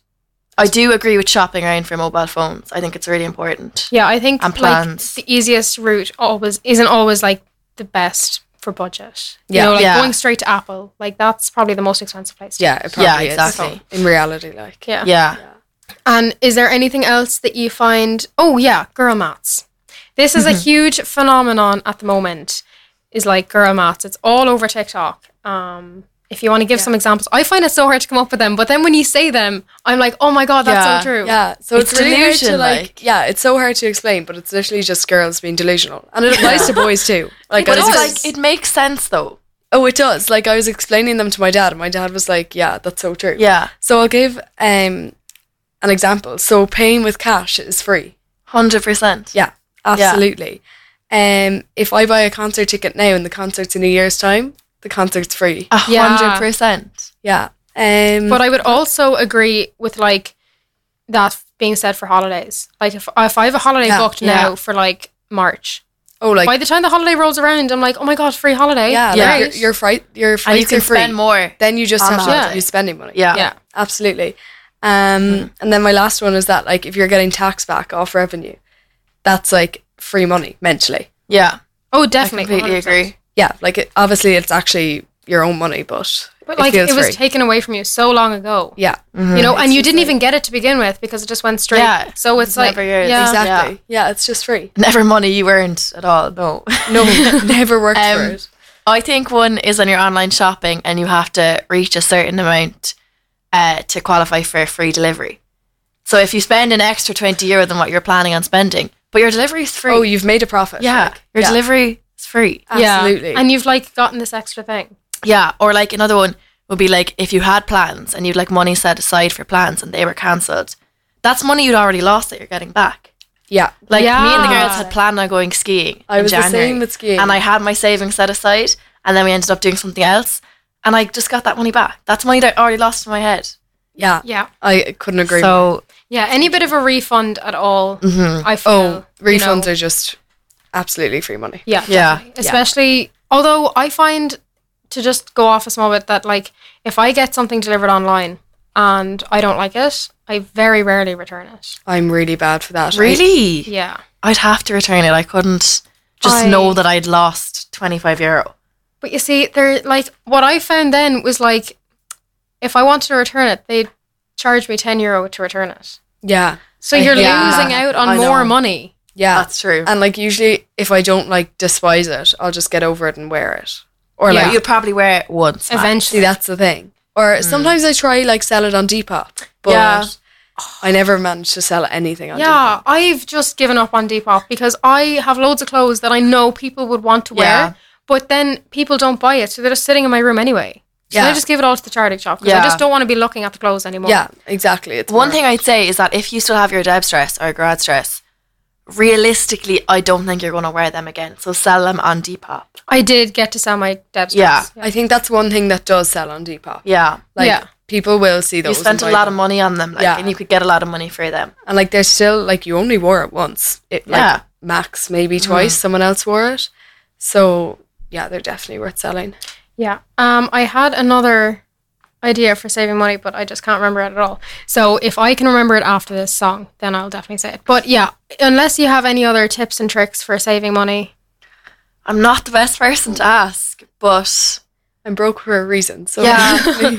Speaker 3: I do agree with shopping around for mobile phones. I think it's really important.
Speaker 1: Yeah, I think
Speaker 3: And
Speaker 1: like
Speaker 3: plans.
Speaker 1: the easiest route always isn't always like the best for budget.
Speaker 2: Yeah.
Speaker 1: You know, like
Speaker 3: Yeah.
Speaker 1: going straight to Apple, like that's probably the most expensive place. to
Speaker 2: Yeah, it probably
Speaker 3: Yeah,
Speaker 2: is.
Speaker 3: exactly.
Speaker 2: In reality, like
Speaker 1: Yeah.
Speaker 3: Yeah.
Speaker 1: And is there anything else that you find? Oh yeah, girl mats. This is a
Speaker 2: Mm-hmm.
Speaker 1: huge phenomenon at the moment. Is like girl mats. It's all over TikTok. Um, if you want to give some examples, I find it so hard to come up with them. But then when you say them, I'm like, oh my god, that's
Speaker 3: Yeah,
Speaker 1: so true.
Speaker 2: Yeah. So it's,
Speaker 3: It's
Speaker 2: really hard to
Speaker 3: delusion,
Speaker 2: like,
Speaker 3: like.
Speaker 2: yeah, it's so hard to explain, but it's literally just girls being delusional. And it applies to boys too. Like I
Speaker 3: But it's
Speaker 2: was-
Speaker 1: does.
Speaker 3: like it makes sense though.
Speaker 2: Oh, it does. Like I was explaining them to my dad, and my dad was like, "Yeah, that's so true."
Speaker 3: Yeah.
Speaker 2: So I'll give um an example. So paying with cash is free.
Speaker 3: Hundred percent.
Speaker 2: Yeah, absolutely. Um, if I buy a concert ticket now and the concert's in a year's time, the concert's free.
Speaker 3: Ah. hundred percent.
Speaker 2: Yeah. Um,
Speaker 1: But I would also agree with like that being said for holidays. Like if if I have a holiday
Speaker 2: Yeah,
Speaker 1: booked
Speaker 3: yeah.
Speaker 1: now for like March,
Speaker 2: oh, like
Speaker 1: by the time the holiday rolls around, I'm like, oh my god, free holiday.
Speaker 2: yeah,
Speaker 3: Yeah.
Speaker 2: Like your, your fright, your
Speaker 3: And you
Speaker 2: flights
Speaker 3: can
Speaker 2: are free.
Speaker 3: spend more.
Speaker 2: Then you just
Speaker 3: on
Speaker 2: have
Speaker 3: the
Speaker 2: to
Speaker 3: holiday.
Speaker 2: use spending money.
Speaker 3: Yeah.
Speaker 1: yeah.
Speaker 2: absolutely. Um, and then my last one is that like if you're getting tax back off revenue, that's like free money mentally.
Speaker 3: Yeah.
Speaker 1: Oh,
Speaker 3: I
Speaker 1: definitely. 100%.
Speaker 3: completely agree.
Speaker 2: yeah, like it, obviously it's actually your own money, but,
Speaker 1: But like
Speaker 2: it feels
Speaker 1: it was Uh-huh.
Speaker 2: free.
Speaker 1: taken away from you so long ago.
Speaker 2: yeah,
Speaker 1: You know, and you didn't even get it to begin with because it just went straight.
Speaker 3: Yeah,
Speaker 1: So it's,
Speaker 3: it's
Speaker 1: like
Speaker 3: never yours.
Speaker 1: yeah.
Speaker 3: Exact-
Speaker 2: exactly. Yeah. it's just free.
Speaker 3: Never money you earned at all. No.
Speaker 2: No, never worked
Speaker 3: Um,
Speaker 2: for it.
Speaker 3: I think one is on your online shopping and you have to reach a certain amount uh, to qualify for free delivery. So if you spend an extra 20 euro than what you're planning on spending, but your delivery is free.
Speaker 2: Oh, you've made a profit.
Speaker 3: yeah. Ah.
Speaker 2: like,
Speaker 3: your delivery is free.
Speaker 2: absolutely.
Speaker 1: And you've like gotten this extra thing.
Speaker 3: Yeah, or like another one would be like if you had plans and you'd like money set aside for plans and they were cancelled, that's money you'd already lost that you're getting back.
Speaker 2: yeah,
Speaker 3: Like me and the
Speaker 1: Yeah.
Speaker 3: girls had planned on going skiing.
Speaker 2: I
Speaker 3: in
Speaker 2: was the
Speaker 3: January,
Speaker 2: same with skiing.
Speaker 3: and I had my savings set aside, and then we ended up doing something else, and I just got that money back. That's money that I already lost in my head.
Speaker 2: yeah,
Speaker 1: Yeah.
Speaker 2: I couldn't agree. more.
Speaker 3: So
Speaker 1: Yeah. Any bit of a refund at all, I feel.
Speaker 2: oh,
Speaker 1: you know.
Speaker 2: refunds are just absolutely free money.
Speaker 1: Yeah.
Speaker 3: Yeah.
Speaker 1: definitely. Especially, although I find to just go off a small bit that, like, if I get something delivered online and I don't like it, I very rarely return it.
Speaker 2: I'm really bad for that. I-
Speaker 3: really,
Speaker 1: Yeah.
Speaker 3: I'd have to return it. I couldn't just
Speaker 1: I-
Speaker 3: know that I'd lost twenty five euro.
Speaker 1: But you see, they're like, what I found then was like, if I wanted to return it, they'd charge me 10 euro to return it.
Speaker 2: yeah,
Speaker 1: So you're
Speaker 2: yeah.
Speaker 1: losing out on
Speaker 3: I
Speaker 1: more
Speaker 3: know.
Speaker 1: money.
Speaker 2: yeah,
Speaker 3: That's true.
Speaker 2: And like usually, if I don't like despise it, I'll just get over it and wear it. Or
Speaker 1: Yeah.
Speaker 2: like,
Speaker 3: You'd probably wear it once. max.
Speaker 2: see,
Speaker 1: Eventually,
Speaker 2: that's the thing. Or sometimes I try like sell it on Depop, but
Speaker 3: Hmm. Yeah.
Speaker 2: I never manage to sell anything on Depop.
Speaker 1: yeah, I've just given up on Depop because I have loads of clothes that I know people would want to wear,
Speaker 3: Yeah.
Speaker 1: but then people don't buy it, so they're just sitting in my room anyway. So
Speaker 2: Yeah.
Speaker 1: I just give it all to the charity shop because I
Speaker 3: Yeah.
Speaker 1: just don't want to be looking at the clothes anymore.
Speaker 2: Yeah, exactly. It's
Speaker 3: One
Speaker 2: more-
Speaker 3: thing I'd say is that if you still have your Deb's dress or grad dress, realistically, I don't think you're going to wear them again. So sell them on Depop.
Speaker 1: I did get to sell my Deb's
Speaker 3: Yeah.
Speaker 1: dress.
Speaker 2: I think that's one thing that does sell on Depop.
Speaker 3: Yeah.
Speaker 2: Like
Speaker 1: Yeah.
Speaker 2: people will see those.
Speaker 3: you spent a lot of money on them, like,
Speaker 2: Yeah.
Speaker 3: and you could get a lot of money for them.
Speaker 2: and like they're still like you only wore it once. It like
Speaker 3: Yeah. Mm-hmm.
Speaker 2: max maybe twice. Someone else wore it, so yeah, they're definitely worth selling.
Speaker 1: Yeah. Um, I had another idea for saving money, but I just can't remember it at all. So if I can remember it after this song, then I'll definitely say it. But yeah, unless you have any other tips and tricks for saving money,
Speaker 3: I'm not the best person to ask, but
Speaker 2: I'm broke for a reason, so
Speaker 3: Yeah.
Speaker 2: definitely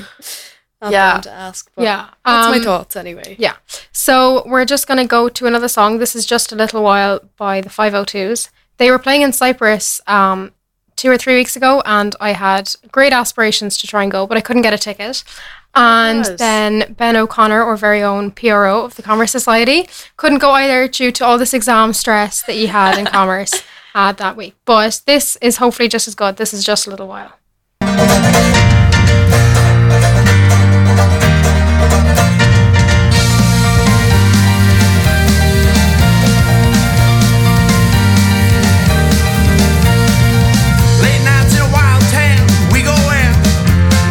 Speaker 2: not
Speaker 3: Yeah.
Speaker 2: yeah. to ask. But
Speaker 1: yeah,
Speaker 2: that's my
Speaker 1: um,
Speaker 2: thoughts anyway.
Speaker 1: Yeah. So we're just going to go to another song. This is Just a Little While by the 502s. They were playing in Cyprus um, two or three weeks ago, and I had great aspirations to try and go, but I couldn't get a ticket. And then Ben O'Connor, our very own PRO of the Commerce Society, couldn't go either due to all this exam stress that he had in commerce uh, that week. But this is hopefully just as good. This is Just a Little While.
Speaker 4: Late nights in a wild town, we go out,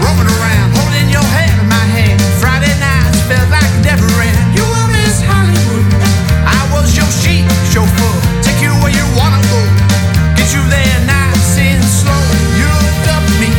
Speaker 4: roaming around, holding your hand in my hand. Friday nights felt like Deborah. You were Miss Hollywood. I was your sheep chauffeur. Take you where you wanna go. Get you there nice and slow. You looked up oh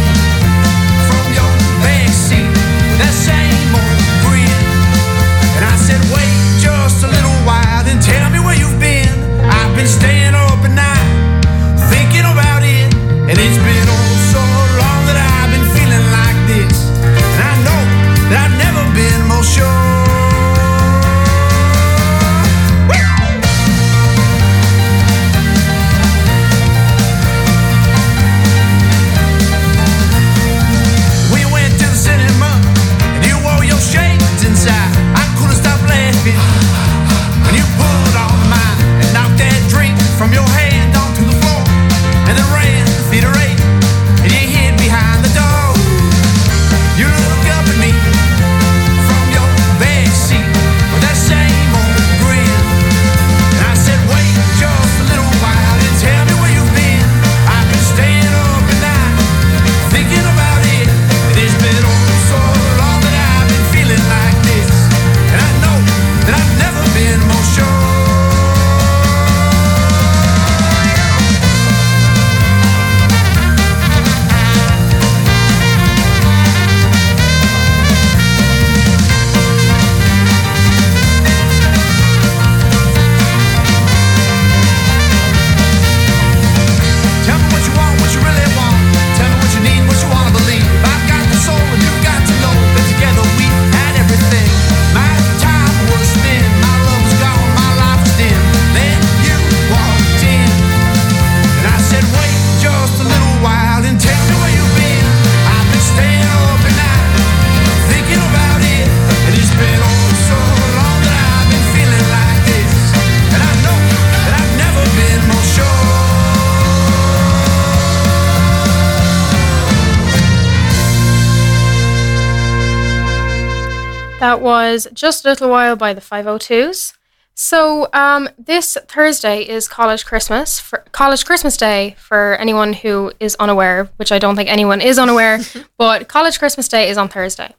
Speaker 1: That was Just a Little While by the 502s. So, um, this Thursday is college Christmas, for, college Christmas Day for anyone who is unaware, which I don't think anyone is unaware, but college Christmas Day is on Thursday.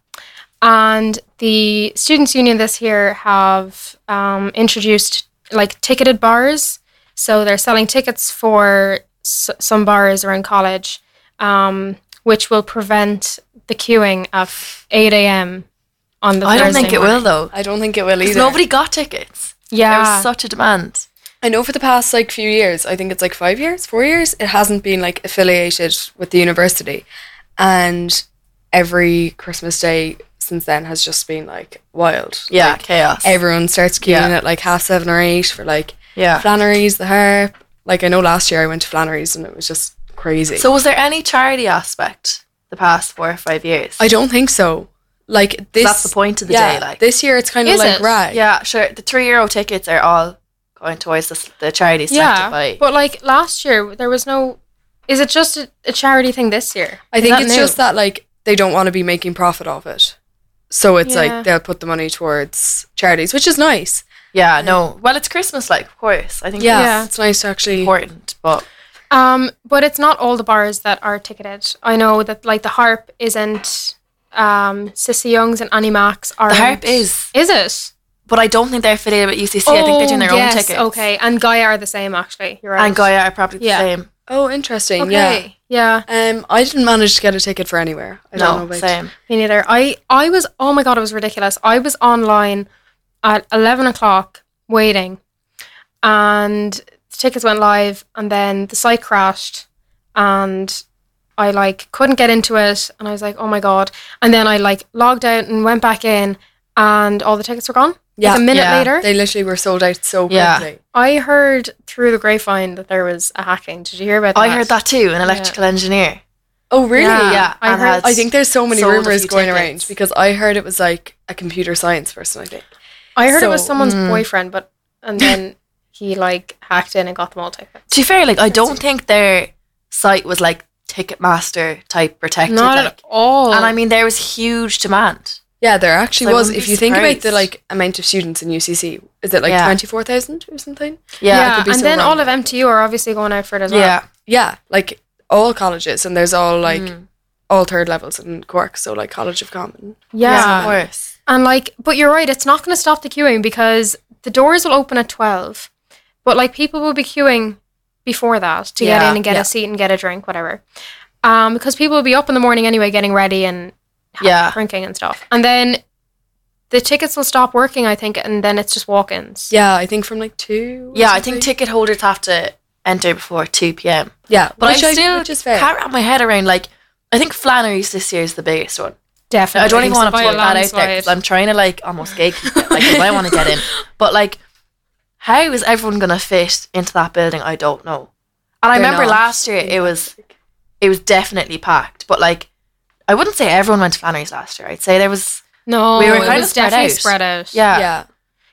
Speaker 1: And the Students' Union this year have um, introduced like ticketed bars. So, they're selling tickets for s- some bars around college, um, which will prevent the queuing at 8 a.m. on the
Speaker 3: I don't
Speaker 1: Thursday
Speaker 3: think it
Speaker 1: morning.
Speaker 3: will though.
Speaker 2: I don't think it will either.
Speaker 3: Nobody got tickets. There
Speaker 1: Yeah.
Speaker 3: was such a demand.
Speaker 2: I know for the past like few years, I think it's like five years, four years, it hasn't been like affiliated with the university. And every Christmas day since then has just been like wild.
Speaker 3: Yeah,
Speaker 2: Like,
Speaker 3: chaos.
Speaker 2: everyone starts queuing
Speaker 3: Yeah.
Speaker 2: at like half seven or eight for like
Speaker 3: Yeah.
Speaker 2: Flannery's, the harp. Like I know last year I went to Flannery's and it was just crazy.
Speaker 3: so was there any charity aspect the past four or five years?
Speaker 2: I don't think so. Like this
Speaker 3: That's the point of the
Speaker 2: yeah,
Speaker 3: day, like.
Speaker 2: this year it's kind of
Speaker 1: Is it?
Speaker 2: like rag.
Speaker 3: yeah, sure. The three euro tickets are all going towards the, s- the charity
Speaker 1: Yeah,
Speaker 3: selected by.
Speaker 1: but like last year, there was no. Is it just a, a charity thing this year?
Speaker 2: I
Speaker 1: Is
Speaker 2: think
Speaker 1: that
Speaker 2: it's
Speaker 1: new?
Speaker 2: just that like they don't want to be making profit off it. So it's
Speaker 1: Yeah.
Speaker 2: like they'll put the money towards charities, which is nice.
Speaker 3: yeah, no. Well, it's Christmas, like, of course. I think
Speaker 2: Yeah.
Speaker 1: Yeah.
Speaker 2: It's nice to actually
Speaker 3: it's important, but
Speaker 1: Um, but it's not all the bars that are ticketed. I know that like the harp isn't. Um, Sissy Young's and Annie Max are.
Speaker 3: the harp is.
Speaker 1: Is it? Oh,
Speaker 3: But I don't think they're affiliated with UCC. I think they're doing their
Speaker 1: yes,
Speaker 3: own tickets.
Speaker 1: Okay, and Gaia are the same actually. You're right.
Speaker 3: And Gaia are probably
Speaker 1: Yeah.
Speaker 3: the same.
Speaker 2: Oh, interesting.
Speaker 1: Okay. Yeah.
Speaker 2: Yeah. Um I didn't manage to get a ticket for anywhere. I don't know
Speaker 3: No,
Speaker 2: about
Speaker 3: same.
Speaker 1: Me neither. I I was oh my god, it was ridiculous. I was online at eleven o'clock waiting, and the tickets went live, and then the site crashed, and I like couldn't get into it, and I was like, oh my god, and then I like logged out and went back in, and all the tickets were gone.
Speaker 2: Yeah,
Speaker 1: like a minute
Speaker 3: yeah.
Speaker 1: later,
Speaker 2: They literally were sold out so quickly.
Speaker 3: Yeah.
Speaker 1: I heard through the grapevine that there was a hacking. Did you hear about that?
Speaker 3: Oh, I heard that too, an electrical engineer.
Speaker 2: Oh really?
Speaker 1: Yeah.
Speaker 3: Yeah,
Speaker 1: I
Speaker 3: and
Speaker 1: heard-
Speaker 3: has
Speaker 2: I think there's so many
Speaker 3: sold a
Speaker 2: rumors
Speaker 3: few
Speaker 2: going
Speaker 3: tickets.
Speaker 2: around because I heard it was like a computer science person, I think.
Speaker 1: I heard it was
Speaker 2: So-
Speaker 1: someone's
Speaker 3: mm.
Speaker 1: boyfriend, but and then he like hacked in and got them all tickets.
Speaker 3: To be fair, like I don't think their site was like Ticketmaster type protected.
Speaker 1: Not
Speaker 3: like,
Speaker 1: at all.
Speaker 3: And I mean, there was huge demand.
Speaker 2: Yeah, there actually
Speaker 3: So I
Speaker 2: was.
Speaker 3: wouldn't
Speaker 2: If
Speaker 3: be
Speaker 2: you think about the
Speaker 3: surprised.
Speaker 2: like amount of students in UCC, is it like
Speaker 3: Yeah.
Speaker 2: twenty four thousand or something?
Speaker 1: yeah,
Speaker 3: Yeah,
Speaker 2: could be
Speaker 1: and
Speaker 2: so
Speaker 1: then
Speaker 2: wrong.
Speaker 1: all of MTU are obviously going out for it as
Speaker 3: yeah,
Speaker 1: well.
Speaker 2: Yeah, like all colleges, and there's all like
Speaker 3: Mm.
Speaker 2: all third levels in Cork, so like College of Common.
Speaker 1: yeah.
Speaker 3: of course.
Speaker 1: And like, but you're right, it's not going to stop the queuing because the doors will open at 12, but like people will be queuing before that to get
Speaker 3: Yeah,
Speaker 1: in and get
Speaker 3: yeah.
Speaker 1: a seat and get a drink, whatever. Um, because people will be up in the morning anyway, getting ready and ha-
Speaker 3: Yeah.
Speaker 1: drinking and stuff. And then the tickets will stop working, I think, and then it's just walk ins.
Speaker 2: Yeah, I think from like two. or
Speaker 3: Yeah, I think
Speaker 2: something.
Speaker 3: ticket holders have to enter before two p.m.
Speaker 2: yeah,
Speaker 3: But
Speaker 2: which
Speaker 3: I still
Speaker 2: which is fair.
Speaker 3: can't wrap my head around. Like, I think Flannery's this year is the biggest one.
Speaker 1: Definitely.
Speaker 3: I don't even want to
Speaker 1: By a
Speaker 3: put that out there
Speaker 1: landslide.
Speaker 3: because I'm trying to like almost gatekeep it. Like, 'cause I want to get in, but like, how is everyone gonna fit into that building? I don't know. And I
Speaker 2: They're
Speaker 3: remember
Speaker 2: not.
Speaker 3: last year it was, it was definitely packed. But like, I wouldn't say everyone went to Flannery's last year. I'd say there was,
Speaker 1: No,
Speaker 3: We were
Speaker 1: it
Speaker 3: kind of
Speaker 1: was
Speaker 3: spread
Speaker 1: definitely
Speaker 3: out.
Speaker 1: spread out.
Speaker 3: yeah,
Speaker 2: yeah,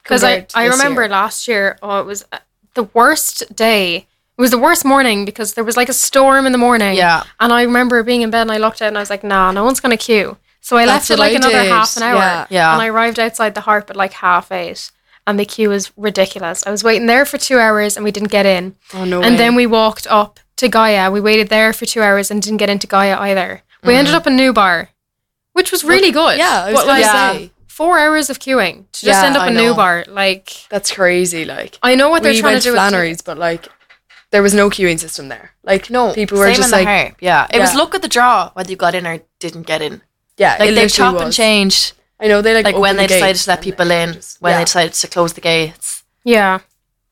Speaker 1: Because I,
Speaker 2: compared to
Speaker 1: I
Speaker 2: this
Speaker 1: remember
Speaker 2: year.
Speaker 1: last year, oh, it was uh, the worst day. It was the worst morning because there was like a storm in the morning.
Speaker 3: Yeah.
Speaker 1: And I remember being in bed and I looked out and I was like, nah, no one's going to queue. So I left
Speaker 2: That's
Speaker 1: it like
Speaker 2: what I
Speaker 1: another
Speaker 2: did,
Speaker 1: half an hour.
Speaker 2: yeah.
Speaker 3: Yeah.
Speaker 1: And I arrived outside the harp at like half eight. And the queue was ridiculous. I was waiting there for two hours and we didn't get in.
Speaker 2: Oh no!
Speaker 1: and then we walked up to Gaia. We waited there for two hours and didn't get into Gaia either. We ended up in New Bar, which was really good.
Speaker 2: Mm. yeah, I was
Speaker 1: But,
Speaker 2: gonna
Speaker 1: like,
Speaker 2: say
Speaker 1: four hours of queuing to just
Speaker 2: Yeah,
Speaker 1: end up
Speaker 3: I
Speaker 1: in new
Speaker 3: know.
Speaker 1: bar. Like
Speaker 2: that's crazy. Like
Speaker 1: I know what they're
Speaker 2: we
Speaker 1: trying
Speaker 2: went
Speaker 1: to do.
Speaker 2: to
Speaker 1: with-
Speaker 2: Flannery's, but like there was no queuing system there. Like
Speaker 3: no,
Speaker 2: people were
Speaker 3: Oh, same
Speaker 2: just
Speaker 3: in the
Speaker 2: like
Speaker 3: harp. yeah. It was
Speaker 2: Yeah.
Speaker 3: look at the draw whether you got in or didn't get in.
Speaker 2: yeah,
Speaker 3: Like
Speaker 2: it
Speaker 3: they've
Speaker 2: literally
Speaker 3: chopped and
Speaker 2: was.
Speaker 3: changed.
Speaker 2: I know they like,
Speaker 3: Like when
Speaker 2: opened the
Speaker 3: they decided
Speaker 2: gates
Speaker 3: to let
Speaker 2: and
Speaker 3: people
Speaker 2: then
Speaker 3: in,
Speaker 2: just-
Speaker 3: when
Speaker 2: yeah.
Speaker 3: they decided to close the gates.
Speaker 1: yeah,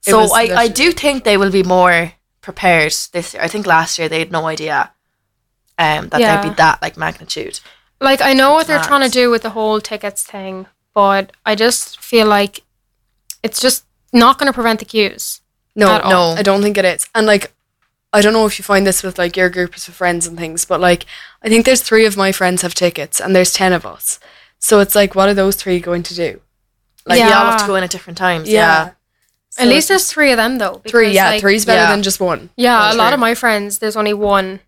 Speaker 2: It
Speaker 3: So
Speaker 2: was
Speaker 3: I, I
Speaker 2: literally-
Speaker 3: do think they will be more prepared this year. I think last year they had no idea um, that
Speaker 1: Yeah.
Speaker 3: there'd be that like magnitude.
Speaker 1: like I know what they're
Speaker 3: Mad.
Speaker 1: trying to do with the whole tickets thing, but I just feel like it's just not going to prevent the queues.
Speaker 2: No,
Speaker 1: at
Speaker 2: no,
Speaker 3: all.
Speaker 2: I don't think it is. And like, I don't know if you find this with like your groups of friends and things, but like, I think there's three of my friends have tickets, and there's ten of us. So it's like, what are those three going to do?
Speaker 3: Like yeah. you all
Speaker 1: Yeah.
Speaker 3: have to go in at different times. Yeah.
Speaker 2: So
Speaker 1: At least there's three of them though.
Speaker 2: three.
Speaker 1: because,
Speaker 2: Yeah,
Speaker 1: like,
Speaker 2: three's better
Speaker 3: yeah.
Speaker 2: than just one.
Speaker 1: Yeah, a lot
Speaker 3: Sure.
Speaker 1: of my friends, there's only one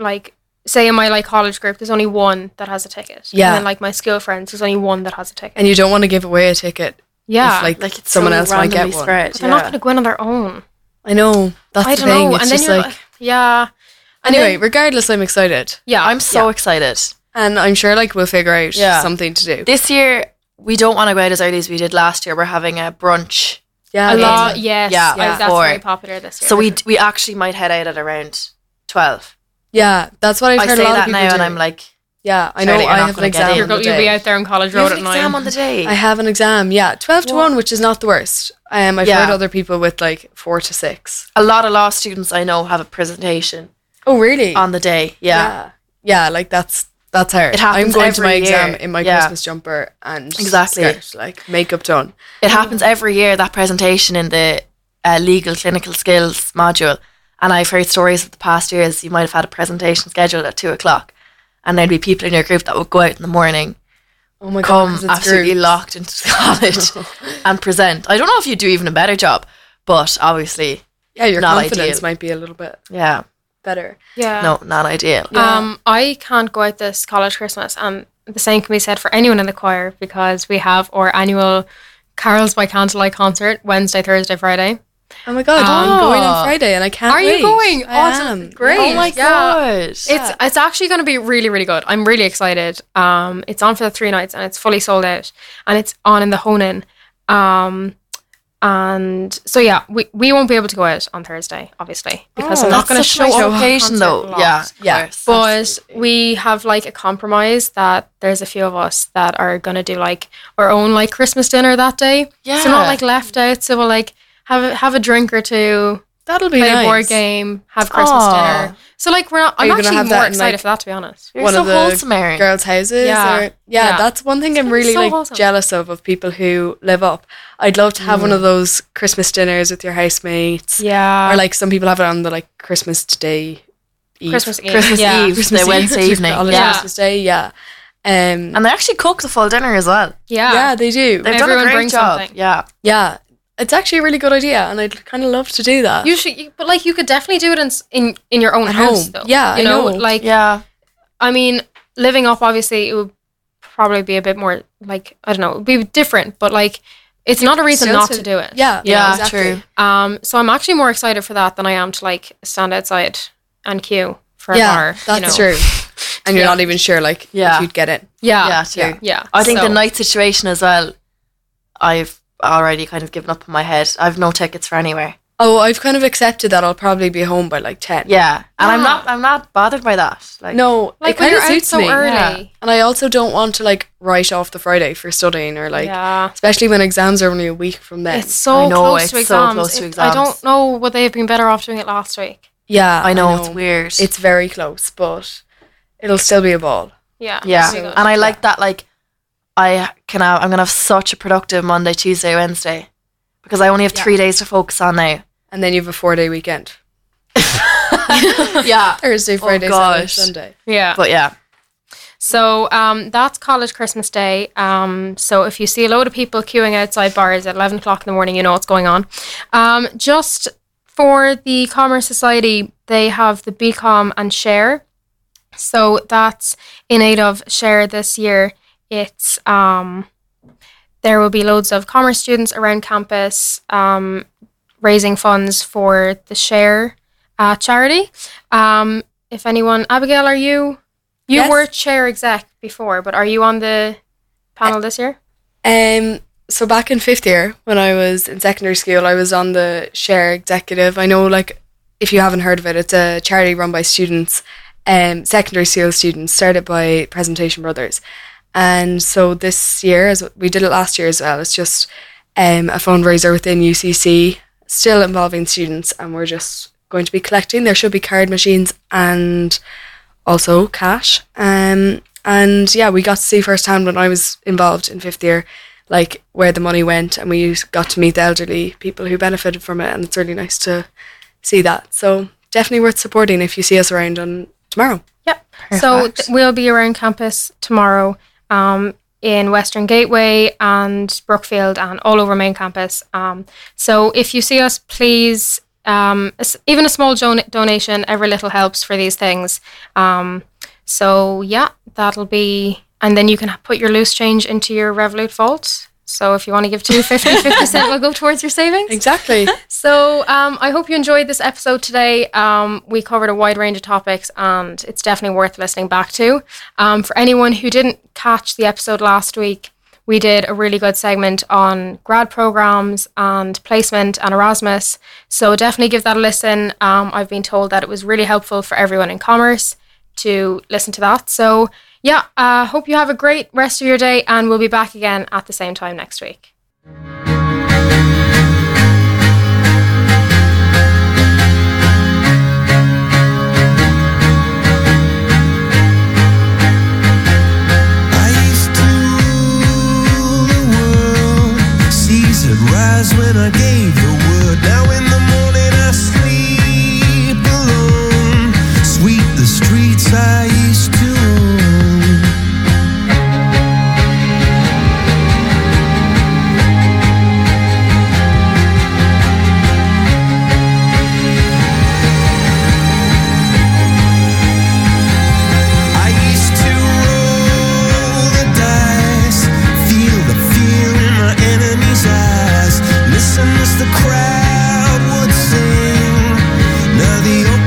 Speaker 1: like say in my like college group, there's only one that has a ticket.
Speaker 2: Yeah.
Speaker 1: And then like my school friends, there's only one that has a ticket.
Speaker 2: and you don't want to give away a ticket.
Speaker 1: yeah.
Speaker 2: if, like,
Speaker 3: Like it's
Speaker 2: someone
Speaker 3: so
Speaker 2: else might get
Speaker 3: randomly
Speaker 2: one.
Speaker 3: spread.
Speaker 1: but they're
Speaker 3: yeah.
Speaker 1: not going to go in on their own.
Speaker 2: I know that's
Speaker 1: I
Speaker 2: the
Speaker 1: don't
Speaker 2: thing.
Speaker 1: know.
Speaker 2: It's
Speaker 1: and then
Speaker 2: just
Speaker 1: you're
Speaker 2: like,
Speaker 1: like, yeah. And
Speaker 2: anyway.
Speaker 1: then-
Speaker 2: regardless, I'm excited,
Speaker 1: yeah,
Speaker 3: I'm so excited.
Speaker 2: and I'm sure like we'll figure out
Speaker 3: Yeah.
Speaker 2: something to do.
Speaker 3: This year we don't want to go out as early as we did last year. We're having a brunch,
Speaker 2: Yeah,
Speaker 1: a
Speaker 2: that's
Speaker 1: lot.
Speaker 2: it.
Speaker 1: Yes,
Speaker 3: Yeah,
Speaker 1: yeah,
Speaker 2: yeah.
Speaker 1: that's
Speaker 3: Or-
Speaker 1: very popular this year.
Speaker 3: so we we actually might head out at around twelve.
Speaker 2: Yeah, that's what I've
Speaker 3: I
Speaker 2: heard
Speaker 3: say
Speaker 2: a lot
Speaker 3: that
Speaker 2: of
Speaker 3: now,
Speaker 2: people do.
Speaker 3: and I'm like,
Speaker 2: yeah, I know
Speaker 3: Charlie, you're
Speaker 2: I
Speaker 3: not
Speaker 2: have an
Speaker 3: gonna get
Speaker 2: exam.
Speaker 3: in.
Speaker 1: you're
Speaker 2: on the
Speaker 1: go, you'll
Speaker 2: day.
Speaker 1: be out there on college
Speaker 3: you have
Speaker 1: road
Speaker 3: an
Speaker 1: at nine.
Speaker 3: exam on the day.
Speaker 2: I have an exam. Yeah, twelve to
Speaker 3: What?
Speaker 2: one, which is not the worst. Um, I've
Speaker 3: Yeah.
Speaker 2: heard other people with like four to six.
Speaker 3: a lot of law students I know have a presentation
Speaker 2: Oh, really?
Speaker 3: on the day. Yeah,
Speaker 2: yeah, yeah. Like that's that's hard.
Speaker 3: It happens
Speaker 2: I'm going to
Speaker 3: every
Speaker 2: my exam
Speaker 3: year.
Speaker 2: in my
Speaker 3: Yeah.
Speaker 2: Christmas jumper and
Speaker 3: Exactly.
Speaker 2: skirt, like makeup done.
Speaker 3: it happens every year. That presentation in the uh, legal clinical skills module, and I've heard stories of the past years. You might have had a presentation scheduled at two o'clock, and there'd be people in your group that would go out in the morning,
Speaker 2: Oh my
Speaker 3: come
Speaker 2: god, 'cause it's
Speaker 3: absolutely
Speaker 2: groups.
Speaker 3: locked into college, and present. I don't know if you do even a better job, but obviously,
Speaker 2: Yeah, your
Speaker 3: Not
Speaker 2: confidence
Speaker 3: ideal.
Speaker 2: might be a little bit
Speaker 3: yeah,
Speaker 2: better.
Speaker 1: Yeah.
Speaker 3: no, not ideal.
Speaker 1: Um, I can't go out this college Christmas, and the same can be said for anyone in the choir because we have our annual Carols by Candlelight concert Wednesday, Thursday, Friday.
Speaker 2: Oh my god, I'm going on Friday and I can't.
Speaker 1: Are you
Speaker 2: wait.
Speaker 1: going?
Speaker 2: I
Speaker 1: Awesome.
Speaker 2: am.
Speaker 1: Great.
Speaker 2: Yeah.
Speaker 3: Oh my
Speaker 1: Yeah.
Speaker 3: god!
Speaker 1: It's it's actually going to be really really good. I'm really excited. Um, it's on for the three nights and it's fully sold out, and it's on in the Honan. Um, and so yeah, we, we won't be able to go out on Thursday, obviously, because I'm not
Speaker 3: Oh, that's
Speaker 1: going to
Speaker 3: such a
Speaker 1: show
Speaker 3: nice
Speaker 1: up. at the
Speaker 3: location,
Speaker 1: concert
Speaker 3: though.
Speaker 1: lot.
Speaker 3: Yeah,
Speaker 2: Yeah.
Speaker 3: yeah.
Speaker 1: But we have like a compromise that there's a few of us that are gonna do like our own like Christmas dinner that day. So
Speaker 3: Yeah.
Speaker 1: not like left out. So we'll like have a, have a drink or two,
Speaker 2: That'll be
Speaker 1: play
Speaker 2: nice.
Speaker 1: a board game, have Christmas
Speaker 3: Aw.
Speaker 1: dinner. So like we're not.
Speaker 2: you
Speaker 1: I'm
Speaker 2: gonna
Speaker 1: actually
Speaker 2: have
Speaker 1: more
Speaker 2: that in,
Speaker 1: excited
Speaker 2: like-
Speaker 1: for that to be honest.
Speaker 3: You're
Speaker 2: one
Speaker 3: so
Speaker 2: of the
Speaker 3: wholesome, Erin.
Speaker 2: girls' houses.
Speaker 1: Yeah.
Speaker 2: or- yeah,
Speaker 1: Yeah.
Speaker 2: that's one thing I'm
Speaker 1: gonna be
Speaker 2: really
Speaker 1: so
Speaker 2: like
Speaker 1: wholesome.
Speaker 2: jealous of of people who live up. I'd love to have one of those Christmas dinners with your housemates,
Speaker 1: Mm. Yeah.
Speaker 2: or like some people have it on the like Christmas day, eve.
Speaker 1: Christmas Eve.
Speaker 3: Christmas
Speaker 1: yeah.
Speaker 3: Eve, the Wednesday evening.
Speaker 2: on
Speaker 1: Yeah.
Speaker 2: Christmas day, yeah. Um,
Speaker 3: And they actually cook the full dinner as well.
Speaker 1: Yeah.
Speaker 2: yeah, they do.
Speaker 3: They've done
Speaker 1: Everyone
Speaker 3: a great
Speaker 1: brings
Speaker 3: job.
Speaker 1: something.
Speaker 3: Yeah.
Speaker 2: yeah, it's actually a really good idea, and I'd kind of love to do that.
Speaker 1: You should, you- but like you could definitely do it in s- in, in your own
Speaker 2: At
Speaker 1: house
Speaker 2: home.
Speaker 1: though.
Speaker 2: Yeah,
Speaker 1: you
Speaker 2: I
Speaker 1: know,
Speaker 2: know.
Speaker 1: like
Speaker 3: Yeah.
Speaker 1: I mean, living up obviously it would probably be a bit more like I don't know, it would be different, but like it's not a reason
Speaker 2: Still
Speaker 1: not
Speaker 2: to-
Speaker 1: to do it.
Speaker 2: yeah,
Speaker 3: Yeah,
Speaker 2: exactly.
Speaker 3: true.
Speaker 1: Um, so I'm actually more excited for that than I am to like stand outside and queue for
Speaker 2: Yeah,
Speaker 1: an hour.
Speaker 2: that's
Speaker 1: you know?
Speaker 2: true. And you're not even sure, like,
Speaker 3: Yeah.
Speaker 2: if you'd get it.
Speaker 1: Yeah.
Speaker 3: Yeah,
Speaker 1: Yeah.
Speaker 3: too.
Speaker 1: yeah.
Speaker 3: I think
Speaker 1: So-
Speaker 3: the night situation as well, I've already kind of given up in my head. I've no tickets for anywhere.
Speaker 2: Oh, I've kind of accepted that I'll probably be home by like ten.
Speaker 3: Yeah. Ah. And I'm
Speaker 1: Yeah.
Speaker 3: not I'm not bothered by that. Like
Speaker 2: No,
Speaker 1: like when
Speaker 2: it kind
Speaker 1: you're
Speaker 2: of
Speaker 1: out
Speaker 2: suits
Speaker 1: so
Speaker 2: me.
Speaker 1: early.
Speaker 2: And I also don't want to like write off the Friday for studying or like,
Speaker 1: yeah.
Speaker 2: especially when exams are only a week from then.
Speaker 1: It's so
Speaker 3: I know,
Speaker 1: close
Speaker 3: it's
Speaker 1: to
Speaker 3: so
Speaker 1: exams.
Speaker 3: close to
Speaker 1: It- I
Speaker 3: exams.
Speaker 1: don't know would they have been better off doing it last week.
Speaker 2: yeah,
Speaker 3: I know, it's weird.
Speaker 2: It's very close, but it'll still be a ball.
Speaker 1: Yeah.
Speaker 3: yeah.
Speaker 1: Really good.
Speaker 3: And I like that like I can have, I'm gonna have such a productive Monday, Tuesday, Wednesday. Because I only have three days to focus on now.
Speaker 2: And then you have a four day weekend
Speaker 3: yeah.
Speaker 2: Thursday, Friday, Saturday,
Speaker 3: gosh.
Speaker 2: Sunday.
Speaker 1: yeah.
Speaker 3: But yeah.
Speaker 1: So um, that's college Christmas Day. Um, so if you see a load of people queuing outside bars at 11 o'clock in the morning, you know what's going on. Um, just for the Commerce Society, they have the BCom and Share. So that's in aid of Share this year. It's um, there will be loads of commerce students around campus um, raising funds for the Share uh, charity. Um, if anyone, Abigail, are you? You
Speaker 2: Yes.
Speaker 1: were chair exec before, but are you on the panel this year?
Speaker 2: Um, so back in fifth year, when I was in secondary school, I was on the share executive. I know, like, if you haven't heard of it, it's a charity run by students, um, secondary school students, started by Presentation Brothers. And so this year, as we did it last year as well, it's just um, a fundraiser within UCC, still involving students, and we're just going to be collecting. There should be card machines and also cash. Um, and yeah, we got to see firsthand when I was involved in fifth year, like where the money went, and we got to meet the elderly people who benefited from it, and it's really nice to see that. So definitely worth supporting if you see us around on tomorrow.
Speaker 1: Yep. So th- we'll be around campus tomorrow um, in Western Gateway and Brookfield and all over main campus. Um, so if you see us, please, um, a s- even a small don- donation, every little helps for these things. Um, So yeah, that'll be, and then you can put your loose change into your Revolut vault. So if you want to give 250, 50 cent will go towards your savings.
Speaker 2: Exactly.
Speaker 1: So um, I hope you enjoyed this episode today. Um, we covered a wide range of topics, and it's definitely worth listening back to. Um, for anyone who didn't catch the episode last week, we did a really good segment on grad programs and placement and Erasmus. So definitely give that a listen. Um, I've been told that it was really helpful for everyone in commerce to listen to that. So yeah, uh, hope you have a great rest of your day, and we'll be back again at the same time next week.
Speaker 6: Ice to the world, seas that rise when I.